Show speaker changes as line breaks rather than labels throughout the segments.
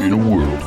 In a world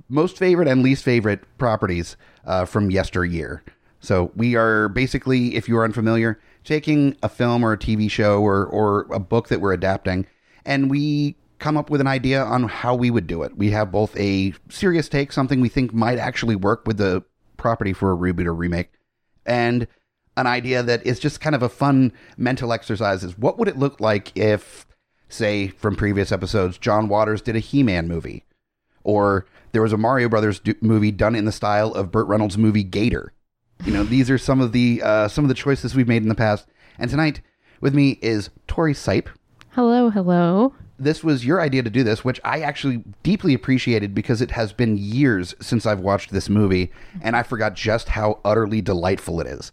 most favorite and least favorite properties uh, from yesteryear. So we are basically, if you are unfamiliar, taking a film or a TV show or or a book that we're adapting, and we come up with an idea on how we would do it. We have both a serious take, something we think might actually work with the property for a reboot or remake, and an idea that is just kind of a fun mental exercise is what would it look like if, say, from previous episodes, John Waters did a He Man movie? Or there was a Mario Brothers do- movie done in the style of Burt Reynolds' movie Gator. You know, these are some of the uh, some of the choices we've made in the past. And tonight with me is Tori Sipe,
Hello, hello.
this was your idea to do this, which I actually deeply appreciated because it has been years since I've watched this movie, and I forgot just how utterly delightful it is.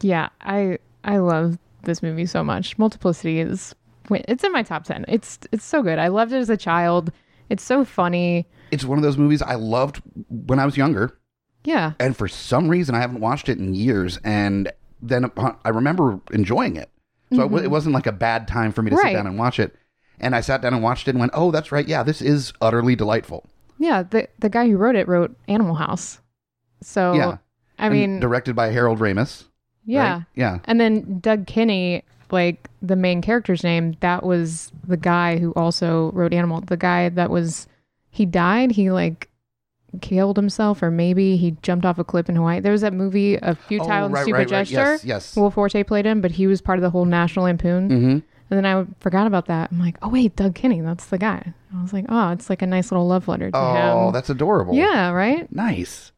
Yeah, I I love this movie so much. Multiplicity is it's in my top 10. It's it's so good. I loved it as a child. It's so funny.
It's one of those movies I loved when I was younger,
Yeah.
and for some reason I haven't watched it in years, and then upon, I remember enjoying it. So it, wa- it wasn't like a bad time for me to sit
Mm-hmm. Right.
down and watch it. And I sat down and watched it and went, oh, that's right. Yeah, this is utterly delightful.
Yeah, the the guy who wrote it wrote Animal House. So
Yeah.
I
And
mean,
directed by Harold Ramis.
yeah.
right? Yeah.
And then Doug Kinney, like the main character's name, that was the guy who also wrote Animal. The guy that was he died, he like killed himself or maybe he jumped off a cliff in Hawaii. There was that movie A Futile
Oh,
and
right,
Stupid
right, right.
Gesture.
Yes, yes.
Will Forte played him, but he was part of the whole National Lampoon.
Mm-hmm.
And then I forgot about that. I'm like, oh wait, Doug Kinney, that's the guy. I was like, oh, it's like a nice little love letter to
Oh,
him.
that's adorable.
yeah, right?
Nice.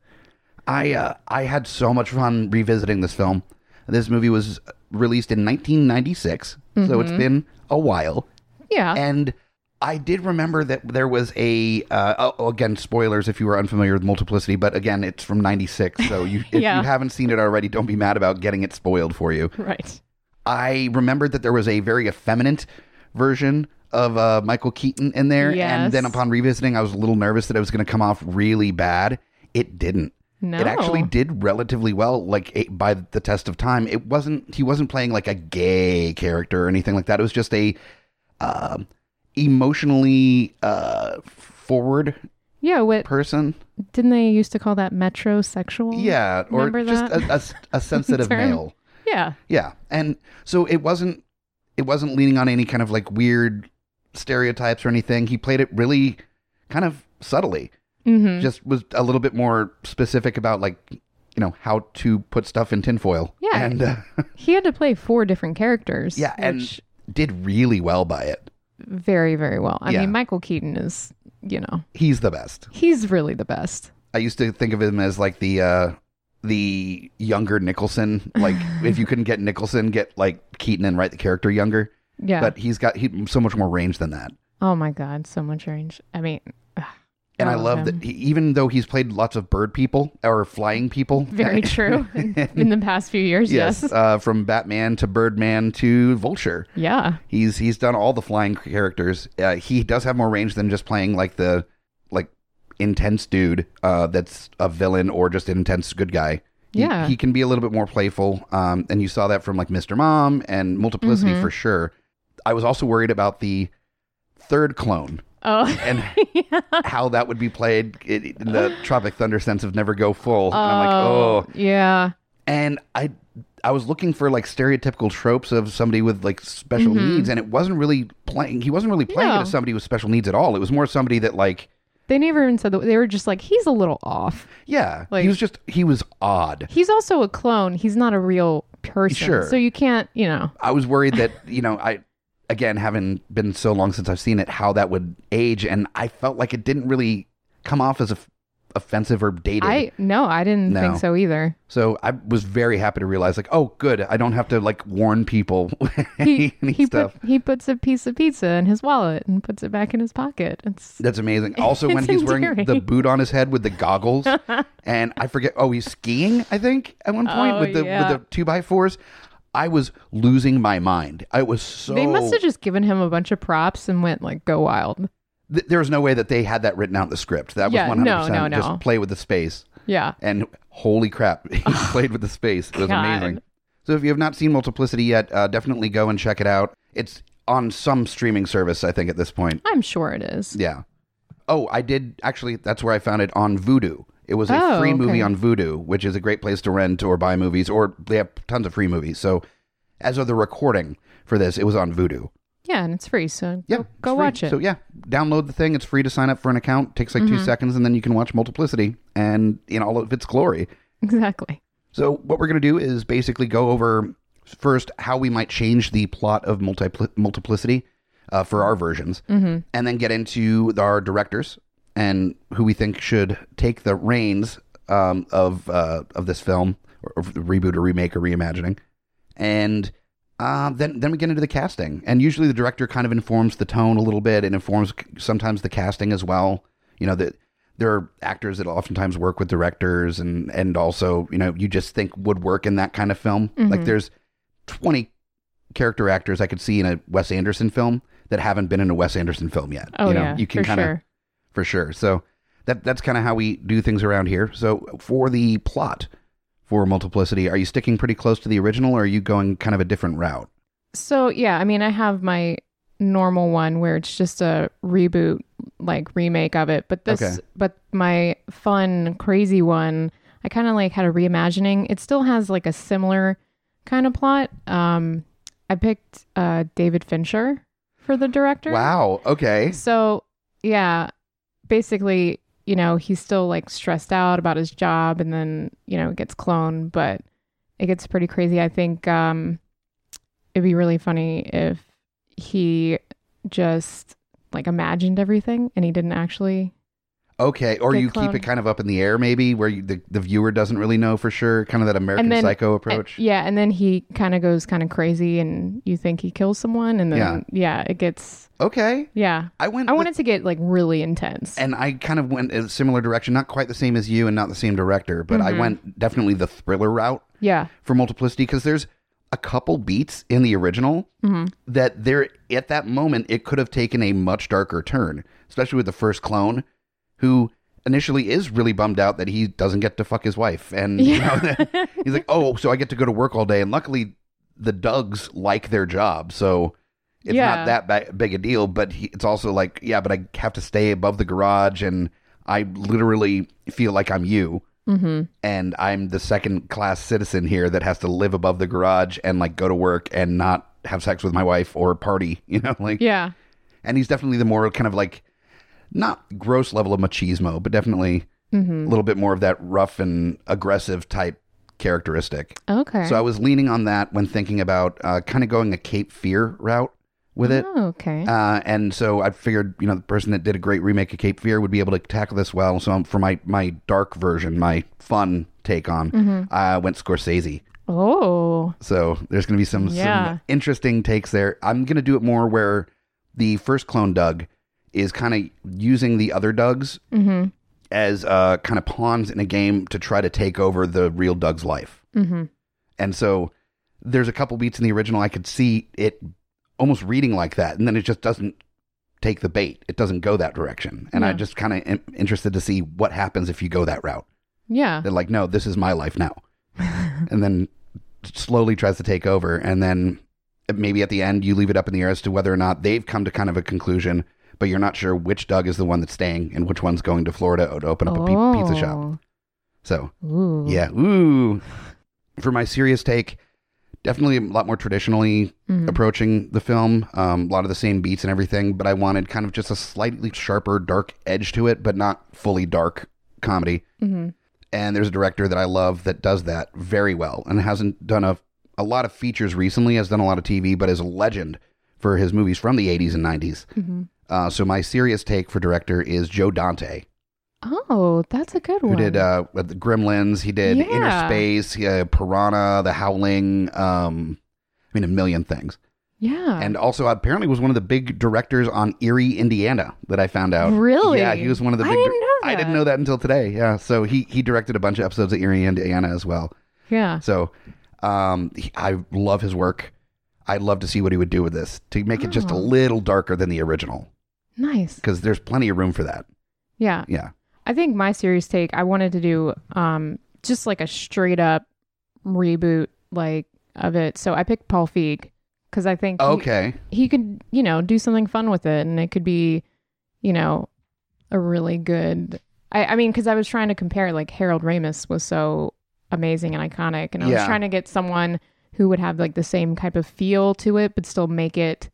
I uh, I had so much fun revisiting this film. This movie was released in 1996, so
Mm-hmm.
it's been a while.
Yeah.
And I did remember that there was a uh, oh, again spoilers if you were unfamiliar with Multiplicity, but again it's from '96, so you if
Yeah.
you haven't seen it already, don't be mad about getting it spoiled for you.
right.
I remembered that there was a very effeminate version of uh, Michael Keaton in there, and
Yes.
then upon revisiting, I was a little nervous that it was going to come off really bad. It didn't.
No.
It actually did relatively well, like it, by the test of time. It wasn't he wasn't playing like a gay character or anything like that. It was just a um emotionally uh, forward
Yeah, what
person.
didn't they used to call that metrosexual?
Yeah, or
Remember
just
that?
a, a s- a sensitive
Term.
male.
Yeah.
Yeah, and so it wasn't it wasn't leaning on any kind of like weird stereotypes or anything. He played it really kind of subtly.
hmm
just was a little bit more specific about like you know how to put stuff in tinfoil.
Yeah.
and uh,
He had to play four different characters.
yeah, and
which
did really well by it.
very, very well. I
Yeah.
mean, Michael Keaton is, you know,
He's the best.
he's really the best.
I used to think of him as like the uh the younger Nicholson. Like if you couldn't get Nicholson, get like Keaton and write the character younger.
Yeah.
But he's got he so much more range than that.
oh my God, so much range. I mean, ugh,
And I, love
him.
that he, even though he's played lots of bird people or flying people.
Very true. In the past few years, yes.
yes. Uh, from Batman to Birdman to Vulture.
Yeah.
He's he's done all the flying characters. Uh, he does have more range than just playing like the like intense dude uh, that's a villain or just an intense good guy. He-
Yeah.
he, can be a little bit more playful. Um, and you saw that from like Mr. Mom and Multiplicity for sure. I was also worried about the third clone
Oh,
and how that would be played in in the Tropic Thunder sense of never go full. and I'm like, oh.
yeah.
And I I was looking for like stereotypical tropes of somebody with like special needs, and it wasn't really playing. He wasn't really playing it
Mm-hmm. No.
as somebody with special needs at all. It was more somebody that like,
They never even said that. They were just like, he's a little off.
yeah,
Like-
he was just he was odd.
He's also a clone. He's not a real person.
Sure.
So you can't, you know.
I was worried that you know I again having been so long since I've seen it, how that would age, and I felt like it didn't really come off as of- offensive or dated.
I no, I didn't
No.
think so either.
So I was very happy to realize, like, oh, good, I don't have to like warn people
He
any
he
stuff.
put he puts a piece of pizza in his wallet and puts it back in his pocket. It's
That's amazing. Also, when
It's
he's wearing
endearing.
the boot on his head with the goggles, and I forget, oh, he's skiing. I think at one point
Oh,
with the
yeah.
with the two by fours, I was losing my mind. I was so
they must have just given him a bunch of props and went like go wild.
th- there was no way that they had that written out in the script. That
Yeah,
was
no,
100%
no, no.
just play with the space.
Yeah.
And holy crap, he played with the space. It was
Oh, God.
amazing. So if you have not seen Multiplicity yet, uh, definitely go and check it out. It's on some streaming service, I think, at this point.
I'm sure it is.
Yeah. Oh, I did actually. That's where I found it on Vudu. It was a
Oh,
free movie
okay.
on Vudu, which is a great place to rent or buy movies, or they have tons of free movies. So, as of the recording for this, it was on Vudu.
Yeah, and it's free, so
Yeah,
go,
it's
Oh, go
free.
watch it. Mm-hmm.
So yeah, download the thing. It's free to sign up for an account. takes like two seconds, and then you can watch Multiplicity and in all of its glory.
Exactly.
So what we're going to do is basically go over first how we might change the plot of multipli- multiplicity uh, for our versions, and then get into our directors and who we think should take the reins um, of uh, of this film or, or reboot or remake or reimagining, and. Uh, then, then we get into the casting, and usually the director kind of informs the tone a little bit, and informs c- sometimes the casting as well. You know that there are actors that oftentimes work with directors and and also you know you just think would work in that kind of film like there's 20 character actors i could see in a wes anderson film that haven't been in a wes anderson film yet
Oh
you know
yeah,
you can
for
kind of
sure.
for sure so that that's kind of how we do things around here so for the plot for multiplicity are you sticking pretty close to the original or are you going kind of a different route
So yeah, I mean, I have my normal one where it's just a reboot, like remake of it. But this,
Okay.
but my fun, crazy one, I kind of like had a reimagining. It still has like a similar kind of plot. Um, I picked uh David Fincher for the director.
wow okay
So, yeah, basically, you know, he's still like stressed out about his job and then, you know, gets cloned, but it gets pretty crazy. I think um it'd be really funny if he just like imagined everything and he didn't actually
okay or
Good
you
clone.
keep it kind of up in the air maybe where you, the, the viewer doesn't really know for sure kind of that american
then-
psycho
and-
approach
yeah, and then he kind of goes kind of crazy and you think he kills someone and then yeah, it gets
Okay.
yeah.
I went
I
with-
wanted to get like really intense.
and I kind of went a similar direction, not quite the same as you and not the same director, but I went definitely the thriller route
yeah.
for multiplicity because there's a couple beats in the original
Mm-hmm.
that there at that moment it could have taken a much darker turn, especially with the first clone who initially is really bummed out that he doesn't get to fuck his wife and you know, he's like, "Oh, so I get to go to work all day." And luckily the Dugs like their job, so it's
Yeah.
not that ba- big a deal, but he, it's also like, yeah, but I have to stay above the garage and I literally feel like I'm you
Mm-hmm.
and I'm the second class citizen here that has to live above the garage and like go to work and not have sex with my wife or party, you know, like
Yeah.
and he's definitely the more kind of like not gross level of machismo, but definitely
Mm-hmm.
a little bit more of that rough and aggressive type characteristic.
Okay.
So I was leaning on that when thinking about uh, kind of going a Cape Fear route with it.
Oh, okay.
Uh, and so I figured, you know, the person that did a great remake of Cape Fear would be able to tackle this well. So um, for my my dark version, my fun take on, I went Scorsese.
Mm-hmm. Oh,
So there's going to be some,
Yeah.
some interesting takes there. I'm going to do it more where the first clone Doug is kind of using the other Dougs
Mm-hmm.
as uh, kind of pawns in a game to try to take over the real Doug's life.
Mm-hmm.
And so there's a couple beats in the original I could see it almost reading like that, and then it just doesn't take the bait. It doesn't go that direction. And I
No.
just kind of am interested to see what happens if you go that route.
yeah.
They're like, no, this is my life now. and then slowly tries to take over. And then maybe at the end, you leave it up in the air as to whether or not they've come to kind of a conclusion. but you're not sure which Doug is the one that's staying and which one's going to Florida to open up a
oh.
pe- pizza shop. So
Ooh.
yeah, ooh. For my serious take, definitely a lot more traditionally
Mhm.
approaching the film. Um, a lot of the same beats and everything, but I wanted kind of just a slightly sharper, dark edge to it, but not fully dark comedy.
Mhm.
And there's a director that I love that does that very well and hasn't done a a lot of features recently. Has done a lot of TV, but is a legend for his movies from the 80s and 90s.
Mhm.
Uh, so my serious take for director is Joe Dante,
Oh, that's a good
who
one.
did uh, the Gremlins. He did Inner
Yeah.
Space, uh, Piranha, The Howling. Um, I mean, a million things.
yeah.
And also, apparently, was one of the big directors on Erie, Indiana, that I found out.
Really?
Yeah, he was one of the.
I
Big
didn't know
I didn't
that.
know that until today. Yeah, so he he directed a bunch of episodes of Erie, Indiana, as well.
yeah.
So, um, he- I love his work. I'd love to see what he would do with this to make it just a
Oh.
little darker than the original,
Nice.
because there's plenty of room for that.
Yeah.
Yeah.
I think my serious take, I wanted to do um just like a straight up reboot like of it. So I picked Paul Feig because I think he-
Okay.
he, could, you know, do something fun with it and it could be, you know, a really good I, I mean, because I was trying to compare like Harold Ramis was so amazing and iconic and I
Yeah.
was trying to get someone who would have like the same type of feel to it but still make it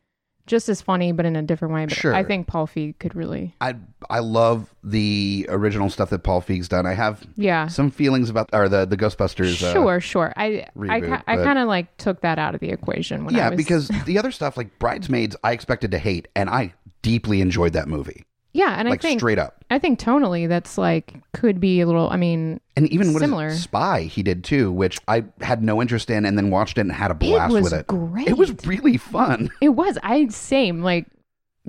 just as funny but in a different way. But
Sure.
I think Paul Feig could really
I I love the original stuff that Paul Feig's done. I have
Yeah.
some feelings about or the the Ghostbusters. uh,
Uh. sure, sure. I I,
reboot,
ki- I
but-
kind of like took that out of the equation when I
yeah,
was,
because the other stuff like Bridesmaids, I expected to hate, and I deeply enjoyed that movie,
yeah, and
like
I think
straight up.
I think tonally that's like could be a little. I mean,
And even what is it,
Similar.
Spy he did too, which I had no interest in, and then watched it and had a blast
it was
with it.
great.
It was really fun.
It was. I same like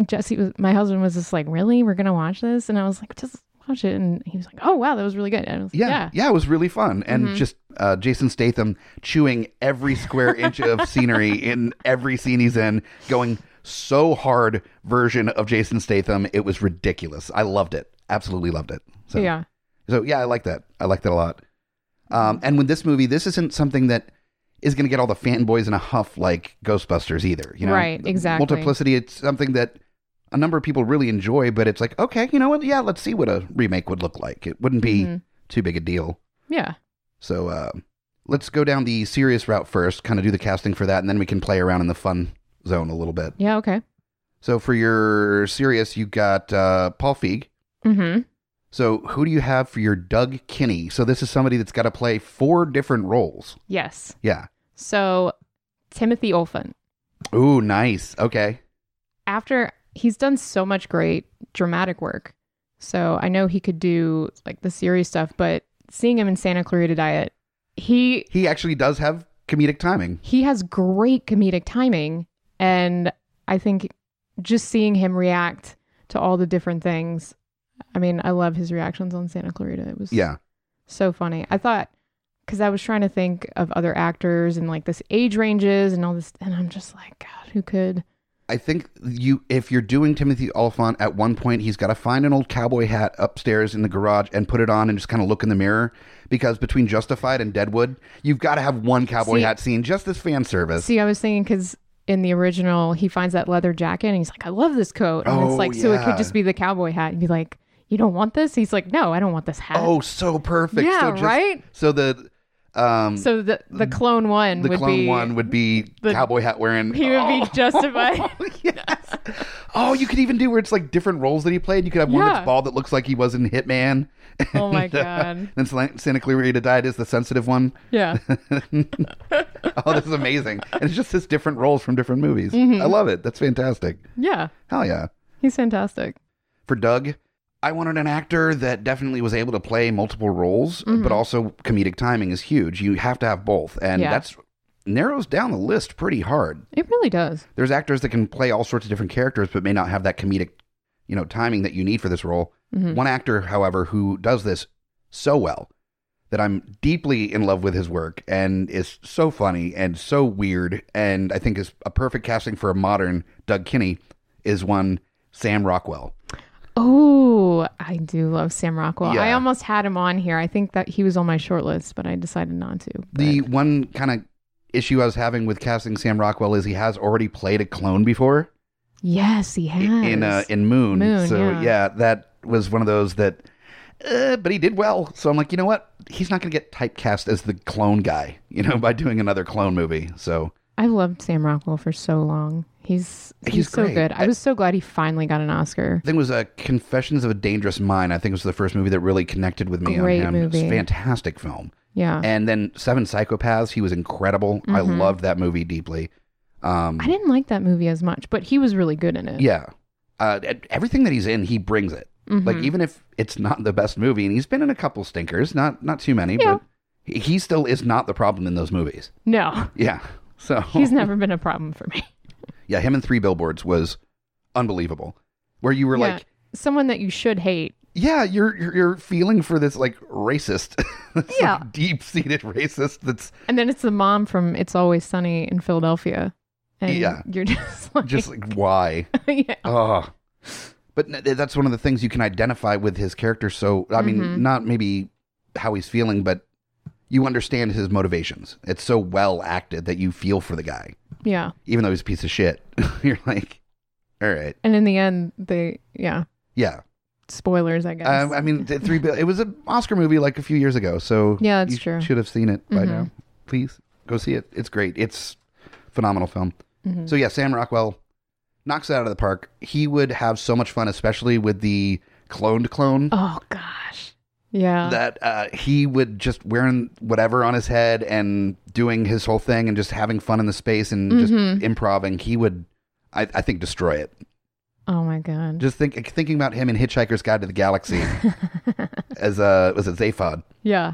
Jesse was. My husband was just like, "Really, we're gonna watch this?" And I was like, "Just watch it." And he was like, "Oh wow, that was really good." And I was like,
Yeah,
"Yeah,
yeah, it was really fun, and
Mhm.
just uh, Jason Statham chewing every square inch of scenery in every scene he's in, going so hard version of Jason Statham. It was ridiculous. I loved it. Absolutely loved it. So
yeah,
So yeah, I like that. I like that a lot. Um, and with this movie, this isn't something that is going to get all the fanboys in a huff like Ghostbusters either. You know,
Right,
The
exactly.
Multiplicity. It's something that a number of people really enjoy, but it's like, okay, you know what? Yeah, let's see what a remake would look like. It wouldn't be
Mhm.
too big a deal.
yeah."
So uh, let's go down the serious route first. Kind of do the casting for that, and then we can play around in the fun zone a little bit.
Yeah, okay.
So for your serious, you got uh, Paul Feig.
Mm-hmm.
So, who do you have for your Doug Kinney? So, this is somebody that's got to play four different roles.
Yes.
Yeah.
So Timothy Olfen.
Ooh, nice. Okay.
after he's done so much great dramatic work. So I know he could do like the serious stuff, but seeing him in Santa Clarita Diet, he
He actually does have comedic timing.
he has great comedic timing and I think just seeing him react to all the different things. I mean, I love his reactions on Santa Clarita. It was
Yeah.
so funny. I thought because I was trying to think of other actors and like this age ranges and all this, and I'm just like, God, who could?
I think you, if you're doing Timothy Oliphant, at one point he's got to find an old cowboy hat upstairs in the garage and put it on and just kind of look in the mirror because between Justified and Deadwood, you've got to have one cowboy
See-
hat scene just as fan service.
See, I was thinking because in the original, he finds that leather jacket and he's like, I love this coat. And
Oh,
it's like, so it
yeah.
could just be the cowboy hat. And be like, You don't want this? He's like, No, I don't want this hat.
oh, so perfect.
yeah,
so just,
right?
So the, um,
So the, the clone one
the
would
clone
be.
one would be
the-
cowboy hat wearing.
he would
Oh.
be justified.
yes. Oh, you could even do where it's like different roles that he played. You could have one
Yeah.
that's bald that looks like he was in Hitman.
oh my God.
Then Sla- Santa Clarita died is the sensitive one.
Yeah.
Oh, this is amazing. and it's just his different roles from different movies. I love it. That's fantastic.
Yeah.
Hell yeah.
He's fantastic.
For Doug, I wanted an actor that definitely was able to play multiple roles, but also comedic timing is huge. You have to have both. And
Yeah.
that's narrows down the list pretty hard.
It really does.
There's actors that can play all sorts of different characters, but may not have that comedic, you know, timing that you need for this role. One actor, however, who does this so well that I'm deeply in love with his work and is so funny and so weird, and I think is a perfect casting for a modern Doug Kinney, is one Sam Rockwell.
Oh, I do love Sam Rockwell. I
Yeah.
almost had him on here. I think that he was on my short list, but I decided not to.
The one kind of issue I was having with casting Sam Rockwell is he has already played a clone before.
Yes, he has.
in uh, in Moon.
Moon,
so
yeah.
that was one of those that. Uh, but he did well, so I'm like, you know what? He's not going to get typecast as the clone guy, you know, by doing another clone movie. So
I've loved Sam Rockwell for so long. He's he's,
He's
so
great.
good. I was so glad he finally got an Oscar.
I think it was uh, Confessions of a Dangerous Mind. I think was the first movie that really connected with me
Great
on him. It's a
movie. Uh-huh.
fantastic film.
Yeah.
And then Seven Psychopaths, he was incredible. I loved that movie deeply. Um,
Mm-hmm. I didn't like that movie as much, but he was really good in it.
yeah. Uh, e- everything that he's in, he brings it. Like
Mm-hmm.
even if it's not the best movie, and he's been in a couple stinkers, not not too many,
Yeah.
but he- he still is not the problem in those movies.
No,
Yeah. So
he's never been a problem for me.
yeah, him and Three Billboards was unbelievable. Where you were
Yeah.
like,
someone that you should hate.
yeah, you're you're, you're feeling for this like racist, this,
Yeah.
like, deep seated racist. That's
And then it's the mom from It's Always Sunny in Philadelphia. And
Yeah.
you're just like,
just like why?
yeah.
Oh. But n- that's one of the things you can identify with his character. So, I mean,
Mm-hmm.
not maybe how he's feeling, but you understand his motivations. It's so well acted that you feel for the guy,
yeah.
even though he's a piece of shit. You're like, all right.
And in the end, they, yeah,
Yeah.
spoilers, I guess.
Um, I mean, the three. Bill- It was an Oscar movie like a few years ago, so
Yeah, that's
you
true. Mm-hmm.
Should have seen it by now. Please go see it. It's great. It's phenomenal film.
Mm-hmm.
So yeah, Sam Rockwell knocks it out of the park. He would have so much fun, especially with the cloned clone.
oh, gosh. Yeah.
That uh, he would just wearing whatever on his head and doing his whole thing and just having fun in the space and just improving. He would, I, I think, destroy it.
oh, my God.
Just think thinking about him in Hitchhiker's Guide to the Galaxy as a was it Zaphod
yeah.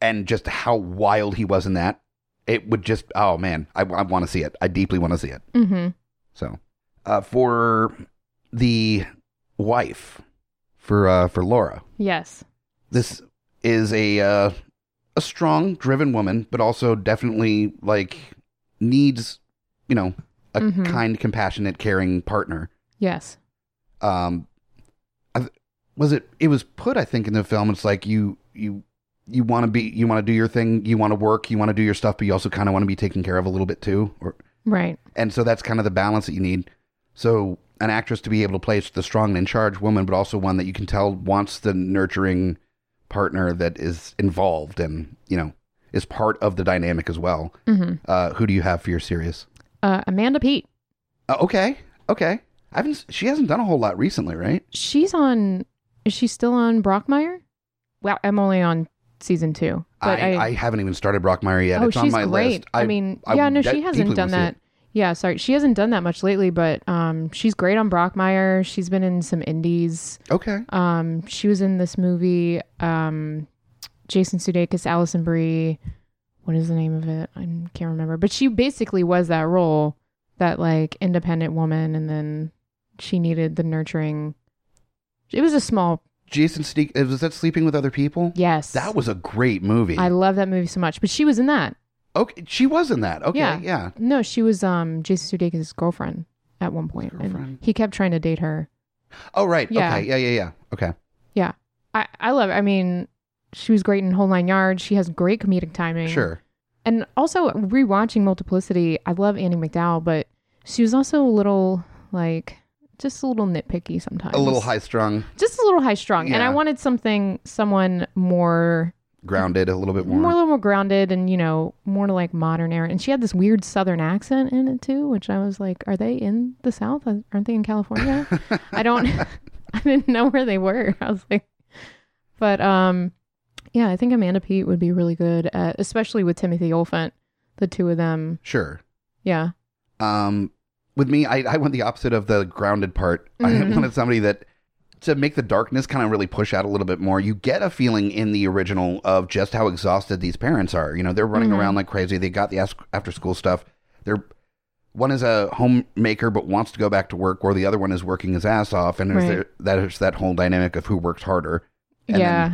and just how wild he was in that, it would just, oh man, I, I want to see it. I deeply want to see it.
Mm-hmm.
So, uh, for the wife, for uh, for Laura,
Yes.
this is a uh, a strong, driven woman, but also definitely like needs, you know, a
Mhm.
kind, compassionate, caring partner.
Yes.
um I, th- was it it was put i think in the film it's like you you you want to be you want to do your thing you want to work you want to do your stuff but you also kind of want to be taken care of a little bit too or
Right.
and so that's kind of the balance that you need so an actress to be able to play the strong and in charge woman but also one that you can tell wants the nurturing partner that is involved and you know is part of the dynamic as well
Mm-hmm.
uh who do you have for your series
Uh, Amanda Pete.
uh, okay okay i haven't s- she hasn't done a whole lot recently right
She's on. Is she still on Brockmire? Well, I'm only on season two, but
I, I,
I,
haven't even started Brockmire yet.
oh,
it's
she's
on my
great.
list.
I, mean, yeah, no,
de-
she hasn't
deeply
done
wanna see
that. Yeah, sorry, she hasn't done that much lately, but um, she's great on Brockmire. She's been in some indies.
it. Okay.
Um, she was in this movie. Um, Jason Sudeikis, Allison Brie. What is the name of it? I can't remember. But she basically was that role, that like independent woman, and then she needed the nurturing. It was a small
Jason Sneak was that Sleeping with Other People?
yes.
That was a great movie.
I love that movie so much. But she was in that.
okay, she was in that. Okay, yeah.
Yeah. No, she was um Jason Sudeikis' girlfriend at one point,
Girlfriend.
and he kept trying to date her.
Oh right.
Yeah.
Okay. Yeah. Yeah. Yeah. Okay.
Yeah, I I love. It. I mean, she was great in Whole Nine Yards. She has great comedic timing.
Sure.
And also rewatching Multiplicity, I love Annie McDowell, but she was also a little like just a little nitpicky sometimes.
A little high strung,
Just a little high strung. And I
Yeah.
wanted something someone more
grounded, a little bit more.
more a little more grounded and, you know, more to like modern era. And she had this weird southern accent in it too, which I was like, Are they in the South? Aren't they in California? I don't I didn't know where they were. I was like But um yeah, I think Amanda Pete would be really good at especially with Timothy Oliphant, the two of them
sure.
yeah.
Um, with me, I I went the opposite of the grounded part. I wanted somebody that to make the darkness kind of really push out a little bit more. You get a feeling in the original of just how exhausted these parents are. You know, they're running around like crazy. They got the after school stuff. They're one is a homemaker but wants to go back to work, while the other one is working his ass off, and there's
Right.
there, that is that whole dynamic of who works harder. And then
yeah.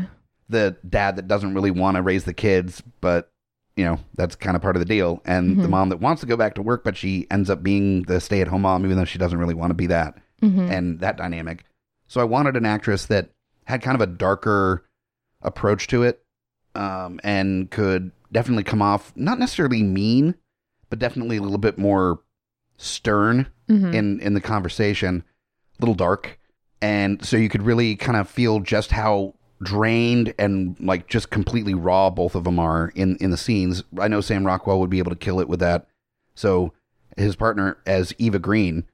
the dad that doesn't really want to raise the kids, but you know that's kind of part of the deal, and the mom that wants to go back to work, but she ends up being the stay-at-home mom, even though she doesn't really want to be that,
Mm-hmm. Mm.
and that dynamic. So I wanted an actress that had kind of a darker approach to it, um, and could definitely come off not necessarily mean, but definitely a little bit more stern
Mm-hmm.
in in the conversation, a little dark, and so you could really kind of feel just how drained and like just completely raw both of them are in in the scenes. I know Sam Rockwell would be able to kill it with that. So his partner as Eva Green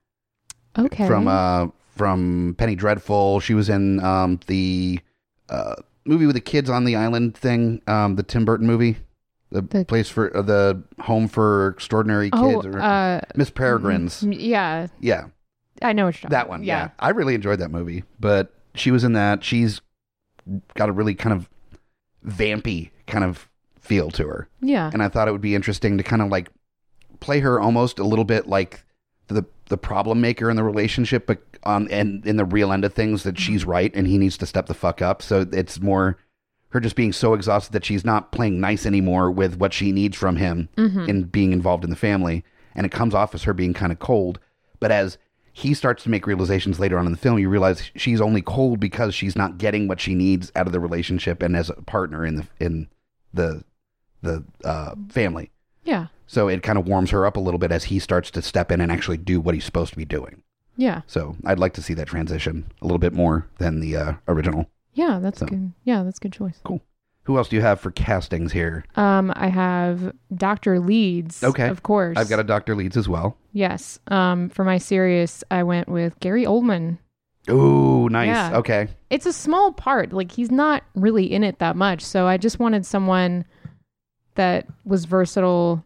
Okay.
from uh from Penny Dreadful. She was in um the uh movie with the kids on the island thing, um the Tim Burton movie. The,
The-
place for uh, the home for extraordinary
oh,
kids or
uh, mm-hmm. mm,
Miss Peregrine's.
yeah,
Yeah,
I know what you're talking
that one. Yeah. I really enjoyed that movie, but she was in that. She's got a really kind of vampy kind of feel to her.
yeah,
And I thought it would be interesting to kind of like play her almost a little bit like the the problem maker in the relationship, but on and in the real end of things that she's right and he needs to step the fuck up. So it's more her just being so exhausted that she's not playing nice anymore with what she needs from him
Mm-hmm. Hmm.
in being involved in the family. And it comes off as her being kind of cold. But as he starts to make realizations later on in the film, you realize she's only cold because she's not getting what she needs out of the relationship and as a partner in the in the the uh, family.
yeah,
So it kind of warms her up a little bit as he starts to step in and actually do what he's supposed to be doing.
yeah,
So I'd like to see that transition a little bit more than the uh, original.
yeah. That's
So-
good. Yeah, that's a good choice.
Who else do you have for castings here?
Um, I have Doctor Leeds.
Okay.
of course.
I've got a Dr. Leeds as well.
yes. Um, for my serious, I went with Gary Oldman.
Ooh, nice.
Yeah.
Okay.
It's a small part. Like he's not really in it that much. So I just wanted someone that was versatile,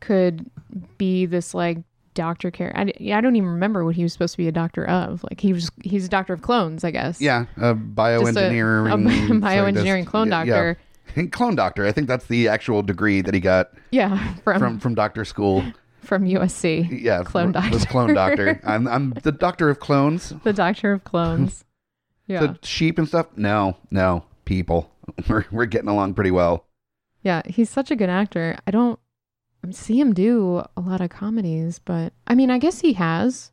could be this like doctor care. I, I don't even remember what he was supposed to be a doctor of. Like he was, he's a doctor of clones, I guess.
Yeah, a
Just a-
bioengineering,
a, bioengineering
scientist.
clone
Yeah,
doctor.
yeah. clone doctor. I think that's the actual degree that he got
Yeah,
from E
from from,
from doctor school.
USC.
Yeah,
Clone
from-
doctor.
Clone doctor. I'm I'm the doctor of clones.
The doctor of clones. Yeah.
The sheep and stuff. No, no, people. We're we're getting along pretty well.
yeah, he's such a good actor. I don't see him do a lot of comedies, but I mean, I guess he has.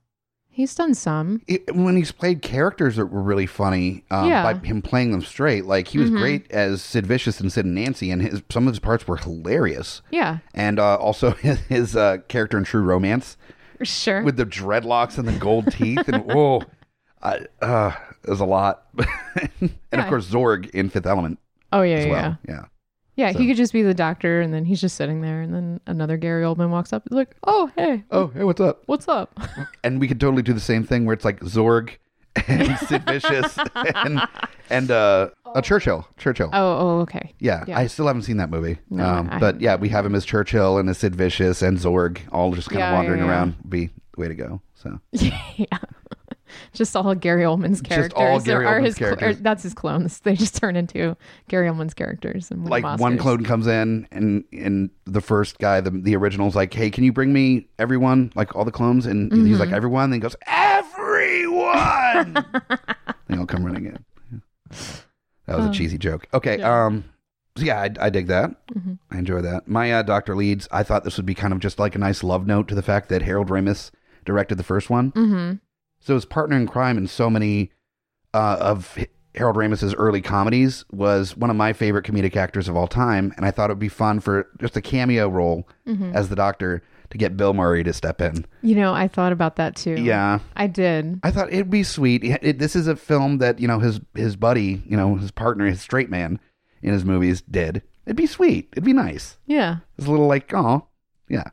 He's done some.
it, when he's played characters that were really funny um,
Yeah. Mm-hmm.
by him playing them straight. Like he was great as Sid Vicious and Sid and Nancy, and his some of his parts were hilarious.
Yeah.
And uh, also his, his uh, character in True Romance
Sure.
with the dreadlocks and the gold teeth, and whoa, I, uh, it was a lot. and of
Yeah.
course Zorg in Fifth Element
oh yeah,
as
yeah,
well.
yeah.
Yeah,
Yeah,
So-
he could just be the doctor and then he's just sitting there and then another Gary Oldman walks up. He's like, "Oh, hey.
Oh, hey, what's up?
What's up?"
And we could totally do the same thing where it's like Zorg and Sid Vicious and and uh, uh, Churchill, Churchill.
oh, oh, okay.
Yeah,
Yeah.
I still haven't seen that movie.
No,
um,
I-
but yeah, we have him as Churchill and as Sid Vicious and Zorg, all just kind
Yeah,
of wandering
yeah, yeah.
around. Be way to go. So
yeah. Just all Gary Oldman's characters.
Just all
There
Gary
are
Oldman's
his cl- or
characters.
that's his clones. They just turn into Gary Oldman's characters and win
like one
Oscars.
clone comes in and and the first guy, the the original's like, hey, can you bring me everyone, like all the clones? And he's like, everyone. And he goes, everyone. they all come running in. That was a cheesy joke. Okay. Um. So yeah, I, I dig that. I enjoy that. My uh, Doctor Leeds. I thought this would be kind of just like a nice love note to the fact that Harold Ramis directed the first one.
Mm-hmm.
So his partner in crime in so many uh, of H- Harold Ramis's early comedies was one of my favorite comedic actors of all time, and I thought it would be fun for just a cameo role
Mm.
as the Doctor to get Bill Murray to step in.
mm-hmm. You know, I thought about that too.
Yeah,
I did.
I thought it'd be sweet. It- it- this is a film that you know his his buddy, you know his partner, his straight man in his movies did. It'd be sweet. It'd be nice.
Yeah.
It's a little like oh yeah.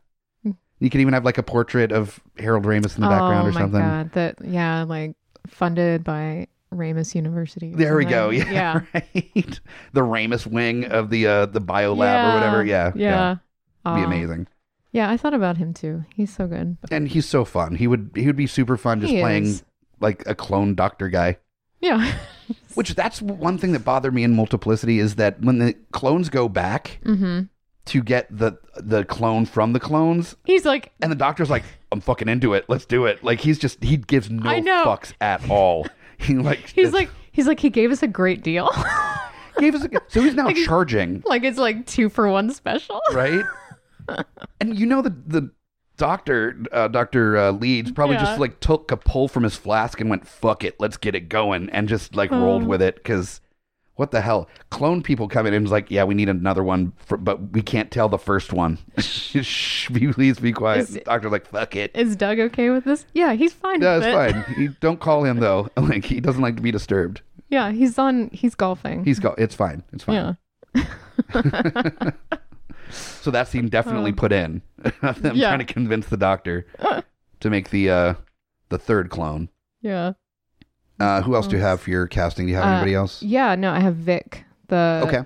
You could even have like a portrait of Harold Ramis in the background
Mm. oh
or
my
something.
god. That yeah, like funded by Ramus University. or
There we
something.
go. Yeah,
Yeah.
right. The Ramus wing of the uh, the bio lab or
Yeah.
whatever. Yeah,
Yeah.
It'd be
Aw.
amazing.
Yeah, I thought about him too. He's so good.
And he's so fun. He would he would be super fun just
He
playing
is.
like a clone doctor guy.
Yeah.
Which that's one thing that bothered me in Multiplicity is that when the clones go back
mm-hmm.
to get the the clone from the clones,
He's like,
and the doctor's like, "I'm fucking into it. Let's do it." Like he's just he gives no
I know.
fucks at all. He like
he's like, he's like, he gave us a great deal.
gave us a, so he's now
Like, he's-
charging
like it's like two for one special.
right? and you know the the doctor, uh, Doctor uh, Leeds, probably just
Yeah.
like took a pull from his flask and went, "Fuck it, let's get it going," and just like rolled
Oh.
with it because what the hell? Clone people come in and is like, yeah, we need another one, for, but we can't tell the first one. Shh, Please be quiet.
Is-
the doctor's like, fuck it.
Is Doug okay with this? Yeah, he's fine.
Yeah,
with
it's
it.
fine. He, don't call him though. Like he doesn't like to be disturbed.
Yeah, he's on. He's golfing.
He's go. It's fine. It's fine.
yeah.
So that scene definitely put in of them
Um, Yeah.
trying to convince the doctor to make the uh the third clone.
Yeah.
Uh, who else do you have for your casting? Do you have
Uh,
anybody else?
Yeah. No, I have Vic, the
okay.